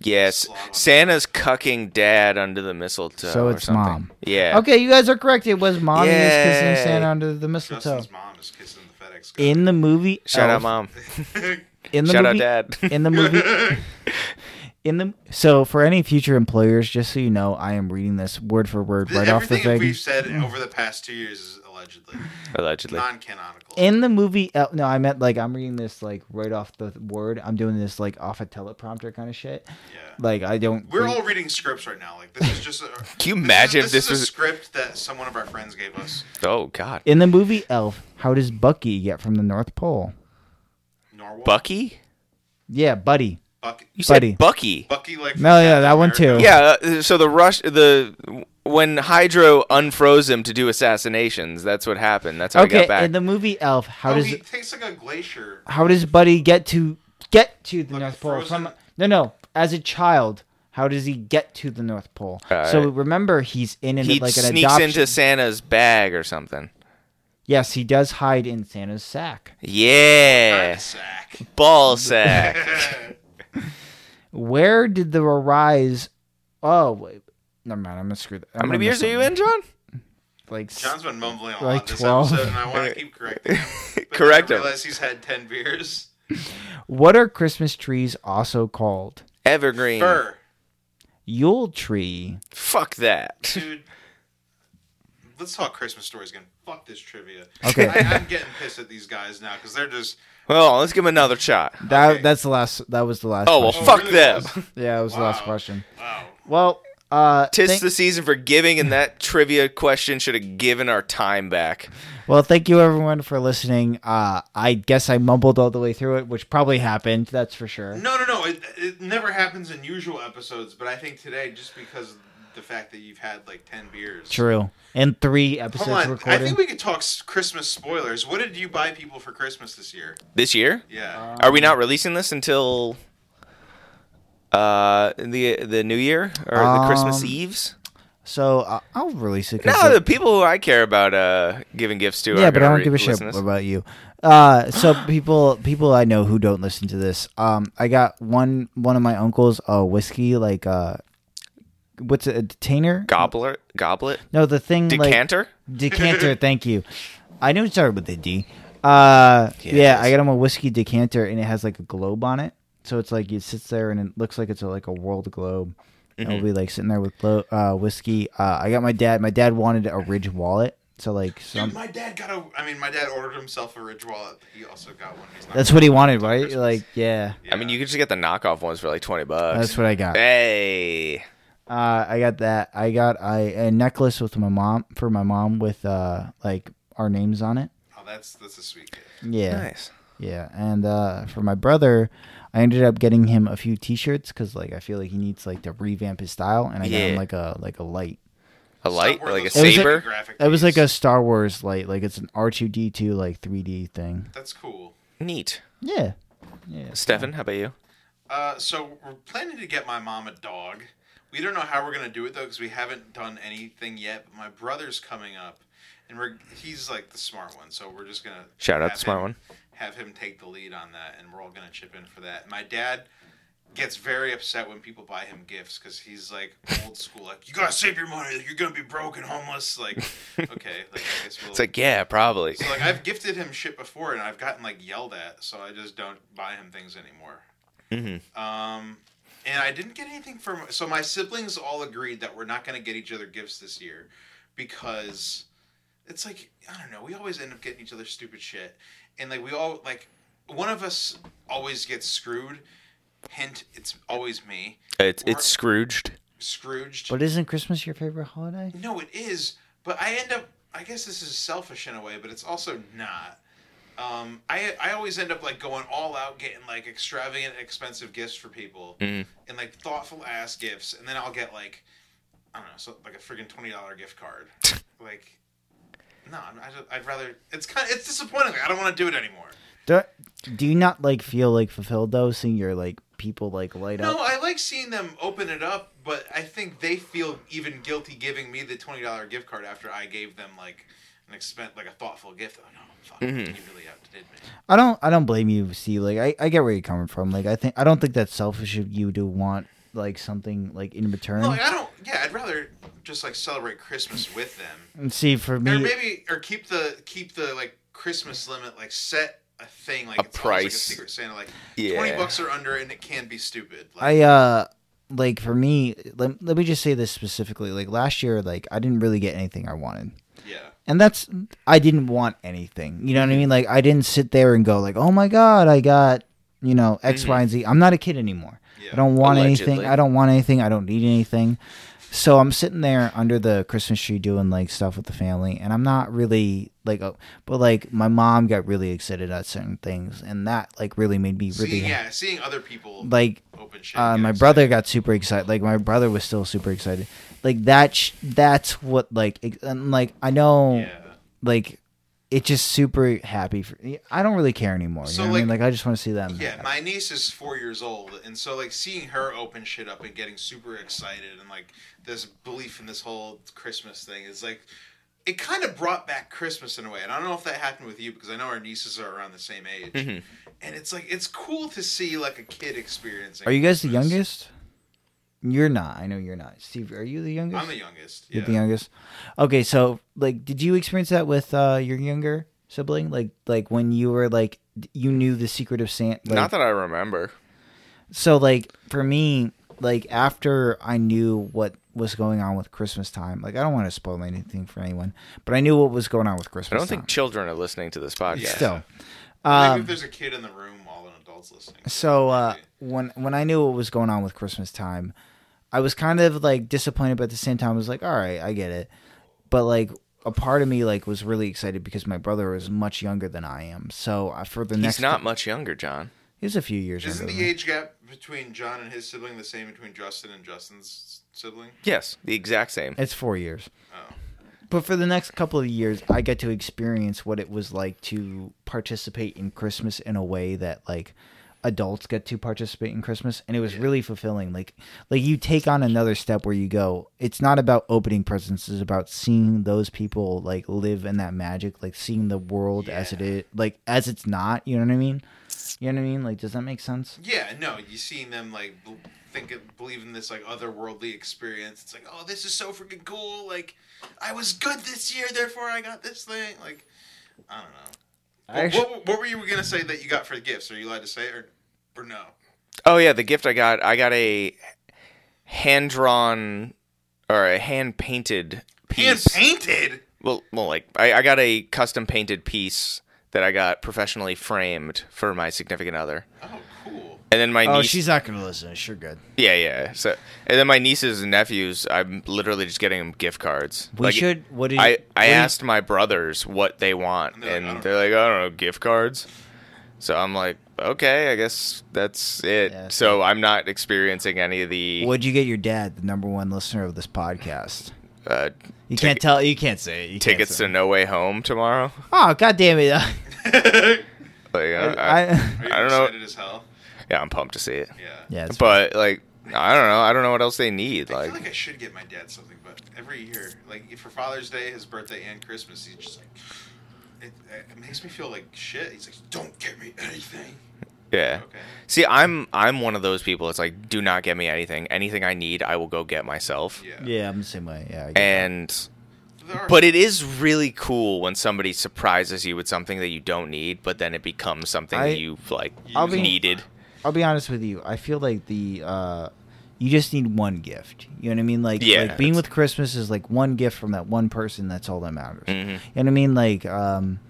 [SPEAKER 5] Yes.
[SPEAKER 6] Slobber.
[SPEAKER 5] Santa's cucking dad under the mistletoe.
[SPEAKER 4] So
[SPEAKER 5] or
[SPEAKER 4] it's
[SPEAKER 5] something.
[SPEAKER 4] mom.
[SPEAKER 5] Yeah.
[SPEAKER 4] Okay, you guys are correct. It was mommy is kissing
[SPEAKER 5] Yay.
[SPEAKER 4] Santa under the mistletoe.
[SPEAKER 6] Justin's mom is kissing the FedEx guy.
[SPEAKER 4] In the movie,
[SPEAKER 5] Shout
[SPEAKER 4] Elf,
[SPEAKER 5] out, mom.
[SPEAKER 4] Oh. In the
[SPEAKER 5] Shout
[SPEAKER 4] movie,
[SPEAKER 5] out, dad.
[SPEAKER 4] in the movie in the so for any future employers just so you know i am reading this word for word right off the Mm.
[SPEAKER 6] Everything
[SPEAKER 4] thing
[SPEAKER 6] we've said over the past two years is allegedly
[SPEAKER 5] Allegedly.
[SPEAKER 6] non-canonical.
[SPEAKER 4] in the movie El- no i meant like i'm reading this like right off the word i'm doing this like off a teleprompter kind of shit
[SPEAKER 6] yeah.
[SPEAKER 4] like i don't
[SPEAKER 6] We're
[SPEAKER 4] read-
[SPEAKER 6] all reading scripts right now. Like this is just. A,
[SPEAKER 5] Can you imagine if
[SPEAKER 6] this is,
[SPEAKER 5] this
[SPEAKER 6] is a
[SPEAKER 5] was?
[SPEAKER 6] script that some one of our friends gave us?
[SPEAKER 5] Oh God.
[SPEAKER 4] in the movie elf how does bucky get from the north pole
[SPEAKER 6] Norwalk.
[SPEAKER 5] Bucky.
[SPEAKER 4] yeah buddy
[SPEAKER 6] Bucky.
[SPEAKER 5] You
[SPEAKER 4] Buddy.
[SPEAKER 5] said Bucky.
[SPEAKER 6] Bucky. Like.
[SPEAKER 4] No, yeah, that one too.
[SPEAKER 5] Yeah. uh, So the rush the. When Hydro unfroze him to do assassinations, that's what happened. That's how he
[SPEAKER 4] okay
[SPEAKER 5] got back.
[SPEAKER 4] in the movie elf how
[SPEAKER 6] How
[SPEAKER 4] does
[SPEAKER 6] Oh, he takes like a glacier.
[SPEAKER 4] how does buddy get to get to the
[SPEAKER 6] Like
[SPEAKER 4] north pole
[SPEAKER 6] frozen-
[SPEAKER 4] from no no as a child how does he get to the north pole
[SPEAKER 5] Uh,
[SPEAKER 4] so remember he's in an,
[SPEAKER 5] he
[SPEAKER 4] like an
[SPEAKER 5] sneaks
[SPEAKER 4] adoption
[SPEAKER 5] into Santa's bag or something.
[SPEAKER 4] yes he does hide in santa's sack
[SPEAKER 5] Yeah,
[SPEAKER 6] Sack.
[SPEAKER 5] ball sack.
[SPEAKER 4] where did the rise oh wait never mind i'm gonna screw that
[SPEAKER 5] How many beers are you in, John?
[SPEAKER 4] like s-
[SPEAKER 6] John's been mumbling a
[SPEAKER 4] Like
[SPEAKER 6] lot this
[SPEAKER 4] 12.
[SPEAKER 6] episode, and I want to keep correcting him. But then
[SPEAKER 5] Correct
[SPEAKER 6] I
[SPEAKER 5] him.
[SPEAKER 6] realize he's had ten beers.
[SPEAKER 4] what are christmas trees also called
[SPEAKER 5] Evergreen.
[SPEAKER 6] Fur,
[SPEAKER 4] yule tree
[SPEAKER 5] Fuck that.
[SPEAKER 6] dude. Let's talk Christmas stories again. Fuck this trivia.
[SPEAKER 4] Okay.
[SPEAKER 6] I, I'm getting pissed at these guys now because they're just.
[SPEAKER 5] Well, let's give him another shot.
[SPEAKER 4] that
[SPEAKER 6] Okay.
[SPEAKER 4] that's the last that was the last
[SPEAKER 5] Oh well,
[SPEAKER 4] question.
[SPEAKER 5] fuck
[SPEAKER 6] really?
[SPEAKER 5] them.
[SPEAKER 4] yeah that was the last
[SPEAKER 6] Wow.
[SPEAKER 4] question
[SPEAKER 6] Wow.
[SPEAKER 4] well uh
[SPEAKER 5] Tis
[SPEAKER 4] thank-
[SPEAKER 5] the season for giving, and that trivia question should have given our time back.
[SPEAKER 4] Well, thank you everyone for listening. Uh, I guess I mumbled all the way through it, which probably happened. That's for sure.
[SPEAKER 6] No, no, no. It, it never happens in usual episodes, but I think today, just because of the fact that you've had like 10 beers.
[SPEAKER 4] True. And three episodes
[SPEAKER 6] Hold on. I
[SPEAKER 4] recorded.
[SPEAKER 6] think we could talk s- Christmas spoilers. What did you buy people for Christmas this year?
[SPEAKER 5] This year,
[SPEAKER 4] Uh,
[SPEAKER 6] Yeah.
[SPEAKER 5] are we not releasing this until uh the the New Year or the Christmas
[SPEAKER 4] Um,
[SPEAKER 5] Eves?
[SPEAKER 4] so uh, I'll release it. 'cause
[SPEAKER 5] No, the
[SPEAKER 4] it-
[SPEAKER 5] people who I care about uh giving gifts to.
[SPEAKER 4] yeah,
[SPEAKER 5] are
[SPEAKER 4] but
[SPEAKER 5] gonna
[SPEAKER 4] I don't
[SPEAKER 5] re-
[SPEAKER 4] give a shit
[SPEAKER 5] listen to this.
[SPEAKER 4] about you. Uh, so people, people I know who don't listen to this. Um, I got one one of my uncles a whiskey like uh, what's it, a detainer?
[SPEAKER 5] Goblet, goblet,
[SPEAKER 4] no, the thing like
[SPEAKER 5] decanter.
[SPEAKER 4] decanter. thank you. I knew it started with a D. Uh,
[SPEAKER 5] Yeah, it
[SPEAKER 4] yeah,
[SPEAKER 5] is.
[SPEAKER 4] I got him a whiskey decanter, and it has like a globe on it. So it's like it sits there, and it looks like it's a, like a world globe. And It'll be like sitting there with glo- uh, whiskey. Uh, I got my dad. My dad wanted a Ridge wallet, so like
[SPEAKER 6] Dude,
[SPEAKER 4] some.
[SPEAKER 6] my dad got a. I mean, my dad ordered himself a Ridge wallet. But he also got one. He's not
[SPEAKER 4] That's what he wanted, right?
[SPEAKER 6] Christmas.
[SPEAKER 4] Like, yeah,
[SPEAKER 5] I mean, you could just get the knockoff ones for like twenty bucks.
[SPEAKER 4] that's what I got.
[SPEAKER 5] Hey,
[SPEAKER 4] Uh, I got that. I got a, a necklace with my mom for my mom with uh like our names on it.
[SPEAKER 6] Oh, that's that's a sweet gift.
[SPEAKER 4] Yeah.
[SPEAKER 5] nice.
[SPEAKER 4] Yeah, and uh, for my brother, I ended up getting him a few T-shirts because like I feel like he needs like to revamp his style, and I got him
[SPEAKER 5] Yeah.
[SPEAKER 4] like a like a light.
[SPEAKER 5] A light,
[SPEAKER 6] Stop
[SPEAKER 5] like a
[SPEAKER 6] working on
[SPEAKER 5] saber.
[SPEAKER 6] graphic
[SPEAKER 4] It was like
[SPEAKER 6] piece.
[SPEAKER 4] a Star Wars light, like it's an R two D two like three D thing.
[SPEAKER 6] That's cool.
[SPEAKER 5] Neat.
[SPEAKER 4] Yeah, yeah.
[SPEAKER 5] Stefan, how about you?
[SPEAKER 6] Uh, so we're planning to get my mom a dog. We don't know how we're gonna do it though, because we haven't done anything yet. But my brother's coming up, and we're he's like the smart one, so we're just gonna
[SPEAKER 5] Shout out
[SPEAKER 6] have
[SPEAKER 5] the smart
[SPEAKER 6] him-
[SPEAKER 5] one.
[SPEAKER 6] Have him take the lead on that, and we're all gonna chip in for that. My dad gets very upset when people buy him gifts because he's like old school, like you gotta save your money, you're gonna be broke and homeless. Like, okay, like I guess we'll.
[SPEAKER 5] It's like, yeah, probably.
[SPEAKER 6] so like I've gifted him shit before, and
[SPEAKER 5] Mm-hmm.
[SPEAKER 6] I've gotten like yelled at, so I just don't buy him things anymore.
[SPEAKER 5] Mhm.
[SPEAKER 6] Um, and I didn't get anything for my, so my siblings all agreed that we're not going to get each other gifts this year because it's like I don't know, we always end up getting each other stupid shit and like we all like one of us always gets screwed. Hint, it's always me.
[SPEAKER 5] It's it's Scrooged.
[SPEAKER 6] Scrooged.
[SPEAKER 4] But isn't Christmas your favorite holiday?
[SPEAKER 6] No, it is. But I end up. I guess this is selfish in a way, but it's also not. Um, I I always end up like going all out, getting like extravagant, expensive gifts for people, and like thoughtful ass gifts, and then I'll get like I don't know, so like a freaking twenty dollar gift card. like, no, I'm- I, just- I'd rather. It's kind. It's disappointing. Like, I don't want to do it anymore.
[SPEAKER 4] Do, do you not like feel like fulfilled though, seeing your like people like light
[SPEAKER 6] No,
[SPEAKER 4] up?
[SPEAKER 6] I like seeing them open it up, but I think they feel even guilty giving me the twenty dollar gift card after I gave them like an expen- like a thoughtful gift. Oh no, fuck,
[SPEAKER 4] Mm-hmm.
[SPEAKER 6] you really outdid me.
[SPEAKER 4] I don't. I don't blame you, see. Like I, I get where you're coming from. Like I think I don't think that's selfish of you to want like something like in return.
[SPEAKER 6] No, like, I don't. Yeah, I'd rather just like celebrate Christmas with them,
[SPEAKER 4] and see for
[SPEAKER 6] or
[SPEAKER 4] me,
[SPEAKER 6] maybe or keep the keep the like Christmas limit like set a thing like
[SPEAKER 5] A
[SPEAKER 6] it's almost like a
[SPEAKER 5] price.
[SPEAKER 6] secret Santa like
[SPEAKER 5] Yeah.
[SPEAKER 6] twenty bucks or under, and it can be stupid. Like,
[SPEAKER 4] I uh like for me. Let, let me just say this specifically. Like last year, like I didn't really get anything I wanted.
[SPEAKER 6] yeah.
[SPEAKER 4] and that's I didn't want anything. You know what
[SPEAKER 6] Mm-hmm.
[SPEAKER 4] I mean? Like I didn't sit there and go like, "Oh my god, I got, you know, X, Y, and Z." I'm not a kid anymore.
[SPEAKER 6] Mm-hmm. Yeah.
[SPEAKER 4] I don't want
[SPEAKER 5] Allegedly.
[SPEAKER 4] anything. I don't want anything. I don't need anything. So I'm sitting there under the Christmas tree doing like stuff with the family, and I'm not really like, oh, but like my mom got really excited at certain things, and that like really made me really
[SPEAKER 6] Seeing, yeah, seeing other people
[SPEAKER 4] like
[SPEAKER 6] open shit.
[SPEAKER 4] uh,
[SPEAKER 6] and
[SPEAKER 4] my
[SPEAKER 6] get
[SPEAKER 4] brother got super excited. Like my brother was still super excited. Like that. Sh- that's what like. ex- And like I know.
[SPEAKER 6] excited. Yeah.
[SPEAKER 4] Like it just super happy. For, I don't really care anymore.
[SPEAKER 6] So,
[SPEAKER 4] you know what I mean?
[SPEAKER 6] like-
[SPEAKER 4] Like I just want to see them.
[SPEAKER 6] Yeah,
[SPEAKER 4] happy.
[SPEAKER 6] my niece is four years old, and so like seeing her open shit up and getting super excited and like this belief in this whole Christmas thing is like it kind of brought back Christmas in a way. And I don't know if that happened with you because I know our nieces are around the same age, and it's like it's cool to see like a kid experiencing.
[SPEAKER 4] Mm-hmm. are you guys the
[SPEAKER 6] Christmas.
[SPEAKER 4] youngest? You're not. I know you're not. Steve, are you the youngest?
[SPEAKER 6] I'm the youngest. Yeah.
[SPEAKER 4] You're the youngest. Okay, so like, did you experience that with uh your younger sibling? Like, like when you were like, d- you knew the secret of Santa. Like,
[SPEAKER 5] Not that I remember.
[SPEAKER 4] so like for me like after i knew what was going on with christmas time like i don't want to spoil anything for anyone but i knew what was going on with christmas
[SPEAKER 5] I don't think
[SPEAKER 4] time.
[SPEAKER 5] children are listening to this podcast.
[SPEAKER 6] Yeah.
[SPEAKER 4] so
[SPEAKER 6] I think
[SPEAKER 4] um,
[SPEAKER 6] if there's a kid in the room, all an adult's listening.
[SPEAKER 4] so uh, when when i knew what was going on with christmas time i was kind of like disappointed but at the same time i was like all right i get it but like a part of me like was really excited because my brother was much younger than i am so uh, for the next
[SPEAKER 5] He's not much younger, John.
[SPEAKER 4] he was a few years
[SPEAKER 6] Isn't
[SPEAKER 4] younger than
[SPEAKER 6] the
[SPEAKER 4] me.
[SPEAKER 6] age gap between John and his sibling the same between Justin and Justin's sibling?
[SPEAKER 5] Yes, the exact same.
[SPEAKER 4] It's four years.
[SPEAKER 6] Oh.
[SPEAKER 4] But for the next couple of years, I get to experience what it was like to participate in Christmas in a way that like adults get to participate in Christmas, and it was really fulfilling. Like, like you take on another step where you go. It's not about opening presents; it's about seeing those people like live in that magic, like seeing the world as it is, like as it's not. You know what I mean? You know what I mean? Like, does that make sense?
[SPEAKER 6] Yeah, no, you seeing them like bl- think of, believe in this like otherworldly experience. It's like, oh, this is so freaking cool. Like, I was good this year, therefore I got this thing. Like, I don't know.
[SPEAKER 4] I
[SPEAKER 6] What,
[SPEAKER 4] actually-
[SPEAKER 6] what, what were you gonna say that you got for the gifts? Are you allowed to say it or, or no?
[SPEAKER 5] Oh yeah, the gift I got, I got a hand drawn or a hand painted
[SPEAKER 6] Hand
[SPEAKER 5] piece.
[SPEAKER 6] painted.
[SPEAKER 5] well, well, like I, I got a custom painted piece that I got professionally framed for my significant other,
[SPEAKER 6] Oh, cool.
[SPEAKER 5] and then my
[SPEAKER 4] Oh,
[SPEAKER 5] niece.
[SPEAKER 4] she's not gonna listen. Sure, good.
[SPEAKER 5] Yeah, yeah. So, and then my nieces and nephews, I'm literally just getting them gift cards.
[SPEAKER 4] We should. What did
[SPEAKER 5] I, I
[SPEAKER 4] what did-
[SPEAKER 5] asked my brothers what they want,
[SPEAKER 6] And
[SPEAKER 5] and
[SPEAKER 6] they're like,
[SPEAKER 5] they're,
[SPEAKER 6] "I don't
[SPEAKER 5] like, I don't know, gift cards. So I'm like, okay, I guess that's it.
[SPEAKER 4] Yeah,
[SPEAKER 5] so I'm not experiencing any of the.
[SPEAKER 4] What'd you get your dad, the number one listener of this podcast?
[SPEAKER 5] Uh,
[SPEAKER 4] You can't tell. You can't say it. You can't
[SPEAKER 5] tickets
[SPEAKER 4] say
[SPEAKER 5] to
[SPEAKER 4] it.
[SPEAKER 5] No Way Home tomorrow.
[SPEAKER 4] Oh God damn it! I,
[SPEAKER 5] Like, I, I-
[SPEAKER 4] I,
[SPEAKER 6] Are you
[SPEAKER 5] I don't know.
[SPEAKER 6] excited as hell?
[SPEAKER 5] yeah, I'm pumped to see it.
[SPEAKER 6] Yeah.
[SPEAKER 4] yeah, it's,
[SPEAKER 5] But like, I don't know. I don't know what else they need.
[SPEAKER 6] I
[SPEAKER 5] Like,
[SPEAKER 6] feel like I should get my dad something, but every year, like for Father's Day, his birthday, and Christmas, he's just like, it, it makes me feel like shit. He's like, don't get me anything.
[SPEAKER 5] yeah.
[SPEAKER 6] Okay.
[SPEAKER 5] See, I'm I'm one of those people. It's like, do not get me anything. Anything I need, I will go get myself.
[SPEAKER 6] Yeah.
[SPEAKER 4] yeah, I'm the same way. Yeah, I get it.
[SPEAKER 5] And
[SPEAKER 6] There are-
[SPEAKER 5] but it is really cool when somebody surprises you with something that you don't need, but then it becomes something
[SPEAKER 4] I-
[SPEAKER 5] that you like
[SPEAKER 4] I'll be-
[SPEAKER 5] needed.
[SPEAKER 4] I'll be honest with you. I feel like the uh, you just need one gift. You know what I mean? Like,
[SPEAKER 5] Yeah,
[SPEAKER 4] like being
[SPEAKER 5] that's-
[SPEAKER 4] with Christmas is like one gift from that one person. That's all that matters.
[SPEAKER 5] Mm-hmm.
[SPEAKER 4] You know what I mean? Like, um,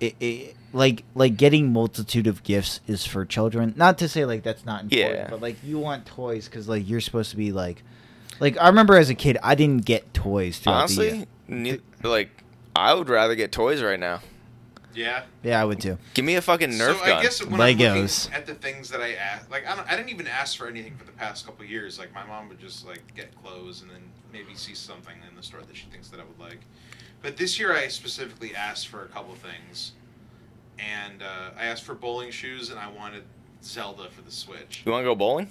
[SPEAKER 4] it, it like like getting multitude of gifts is for children. Not to say like that's not important,
[SPEAKER 5] Yeah.
[SPEAKER 4] but like you want toys because like you're supposed to be like. Like I remember as a kid, I didn't get toys. Throughout the year.
[SPEAKER 5] Honestly, ne- like I would rather get toys right now.
[SPEAKER 6] Yeah.
[SPEAKER 4] yeah, I would too.
[SPEAKER 5] Give me a fucking Nerf
[SPEAKER 6] so
[SPEAKER 5] gun.
[SPEAKER 6] I guess when
[SPEAKER 4] Legos.
[SPEAKER 6] I'm looking at the things that I asked, like I, don't, I didn't even ask for anything for the past couple years. Like my mom would just like get clothes and then maybe see something in the store that she thinks that I would like. But this year I specifically asked for a couple things, and uh, I asked for bowling shoes and I wanted Zelda for the Switch.
[SPEAKER 5] you want to go bowling?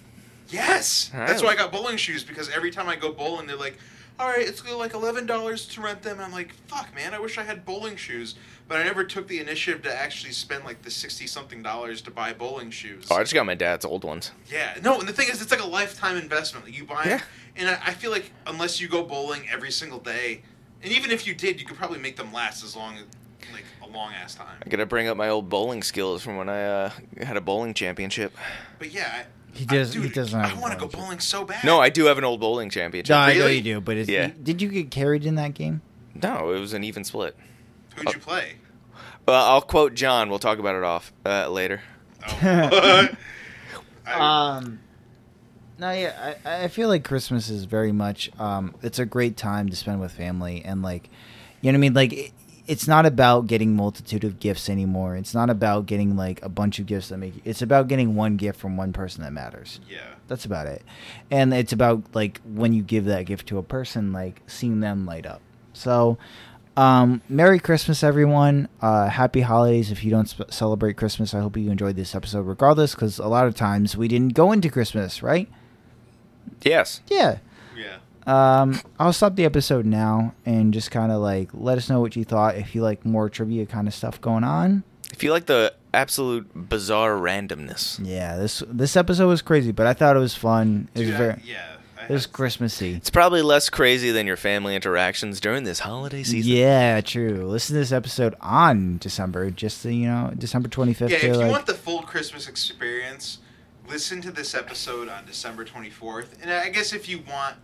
[SPEAKER 6] Yes,
[SPEAKER 5] All
[SPEAKER 4] Oh.
[SPEAKER 6] that's
[SPEAKER 5] right.
[SPEAKER 6] why I got bowling shoes because every time I go bowling, they're like, "All right, it's gonna like eleven dollars to rent them." And I'm like, "Fuck, man, I wish I had bowling shoes," but I never took the initiative to actually spend like the sixty something dollars to buy bowling shoes.
[SPEAKER 5] Oh, I just got my dad's old ones.
[SPEAKER 6] Yeah, no, and the thing is, it's like a lifetime investment. Like, you buy,
[SPEAKER 5] Yeah.
[SPEAKER 6] and I, I feel like unless you go bowling every single day, and even if you did, you could probably make them last as long, as like a long ass time.
[SPEAKER 5] I gotta bring up my old bowling skills from when I uh, had a bowling championship.
[SPEAKER 6] But yeah, I,
[SPEAKER 4] He
[SPEAKER 6] I-
[SPEAKER 4] does- he
[SPEAKER 6] dude,
[SPEAKER 4] doesn't have
[SPEAKER 6] I
[SPEAKER 4] a
[SPEAKER 6] want to go
[SPEAKER 4] bowling shoe.
[SPEAKER 6] bowling so bad.
[SPEAKER 5] No, I do have an old bowling championship.
[SPEAKER 4] No, I know
[SPEAKER 5] Really?
[SPEAKER 4] you do, but it's,
[SPEAKER 5] Yeah.
[SPEAKER 4] did you get carried in that game?
[SPEAKER 5] No, it was an even split.
[SPEAKER 6] who'd you play?
[SPEAKER 5] Uh, I'll quote John. We'll talk about it off uh, later.
[SPEAKER 6] Oh. I-
[SPEAKER 4] Um, no, yeah, I, I feel like Christmas is very much. Um, it's a great time to spend with family, and like, you know what I mean. Like, it, it's not about getting multitude of gifts anymore. It's not about getting like a bunch of gifts that make. It's about getting one gift from one person that matters.
[SPEAKER 6] yeah.
[SPEAKER 4] That's about it, and it's about like when you give that gift to a person, like seeing them light up. So. Um, Merry Christmas, everyone. Uh, happy holidays. If you don't sp- celebrate Christmas, I hope you enjoyed this episode regardless, because a lot of times we didn't go into Christmas, right?
[SPEAKER 5] Yes.
[SPEAKER 4] Yeah.
[SPEAKER 6] Yeah.
[SPEAKER 4] Um, I'll stop the episode now and just kind of like let us know what you thought. If you like more trivia kind of stuff going on,
[SPEAKER 5] If you like the absolute bizarre randomness,
[SPEAKER 4] yeah, this this episode was crazy, but I thought it was fun. It was
[SPEAKER 6] Dude, I-
[SPEAKER 4] very,
[SPEAKER 6] yeah. I
[SPEAKER 4] it was
[SPEAKER 6] had-
[SPEAKER 4] Christmassy.
[SPEAKER 5] it's probably less crazy than your family interactions during this holiday season.
[SPEAKER 4] Yeah, true. Listen to this episode on December, just so you know, December twenty fifth.
[SPEAKER 6] Yeah, if you want the full Christmas experience, listen to this episode on December 24th. And I guess if you want,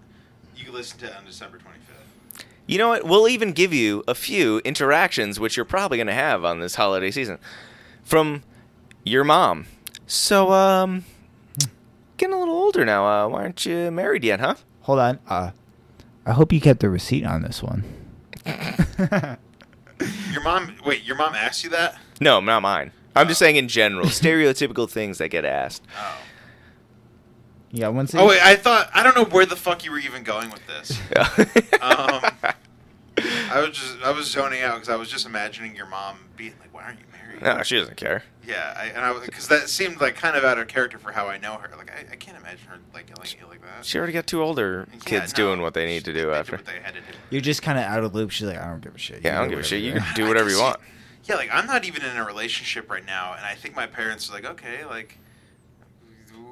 [SPEAKER 6] you can listen to it on December 25th.
[SPEAKER 5] You know what? We'll even give you a few interactions which you're probably going to have on this holiday season from your mom. So, um, getting a little older now. Uh, why aren't you married yet, huh?
[SPEAKER 4] Hold on. Uh, I hope you kept the receipt on this one.
[SPEAKER 6] Your mom, wait, your mom asked you that?
[SPEAKER 5] No, not mine. I'm just saying in general, stereotypical things that get asked.
[SPEAKER 6] Oh.
[SPEAKER 4] You got one. Seat?
[SPEAKER 6] Oh, wait, I thought, I don't know where the fuck you were even going with this. Um, I was just, I was zoning out because I was just imagining your mom being like, why aren't you married?
[SPEAKER 5] no, she doesn't care.
[SPEAKER 6] Yeah, I, and I because that seemed like kind of out of character for how I know her. Like I, I can't imagine her like yelling at you like that.
[SPEAKER 5] She already got two older
[SPEAKER 6] Yeah,
[SPEAKER 5] kids
[SPEAKER 6] no,
[SPEAKER 5] doing what they need to
[SPEAKER 6] they
[SPEAKER 5] do
[SPEAKER 6] did
[SPEAKER 5] after.
[SPEAKER 6] what they had to do.
[SPEAKER 4] You're just kind of out of loop. She's like, I don't give a shit.
[SPEAKER 5] Yeah, I
[SPEAKER 4] You
[SPEAKER 5] don't
[SPEAKER 4] do
[SPEAKER 5] give a shit. You
[SPEAKER 4] whatever
[SPEAKER 5] can do
[SPEAKER 6] I
[SPEAKER 5] whatever
[SPEAKER 6] can
[SPEAKER 5] you
[SPEAKER 6] see-
[SPEAKER 5] want.
[SPEAKER 6] Yeah, like I'm not even in a relationship right now, and I think my parents are like, okay, like,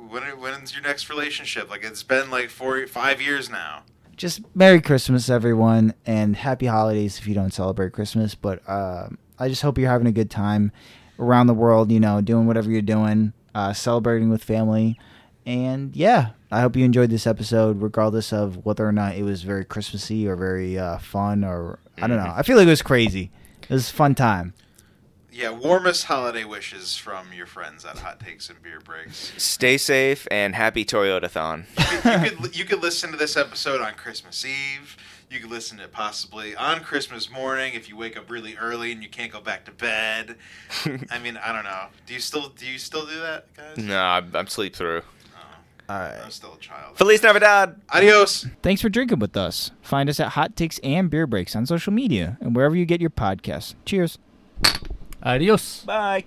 [SPEAKER 6] when when's your next relationship? Like it's been like four, five years now.
[SPEAKER 4] just Merry Christmas, everyone, and Happy Holidays if you don't celebrate Christmas. But um I just hope you're having a good time around the world, you know, doing whatever you're doing, uh, celebrating with family. And yeah, I hope you enjoyed this episode, regardless of whether or not it was very Christmassy or very uh, fun or I don't know. I feel like it was crazy. It was a fun time.
[SPEAKER 6] Yeah, warmest holiday wishes from your friends at Hot Takes and Beer Breaks.
[SPEAKER 5] Stay safe and happy Toyota-thon.
[SPEAKER 6] you could you could listen to this episode on Christmas Eve. You could listen to it possibly on Christmas morning if you wake up really early and you can't go back to bed. I mean, I don't know. Do you still do you still do that, guys?
[SPEAKER 5] no, I'm, I'm sleep through.
[SPEAKER 4] All right.
[SPEAKER 6] I'm still a child.
[SPEAKER 5] Feliz Navidad.
[SPEAKER 6] Adios.
[SPEAKER 4] Thanks for drinking with us. Find us at Hot Takes and Beer Breaks on social media and wherever you get your podcasts. Cheers.
[SPEAKER 2] Adios.
[SPEAKER 5] Bye.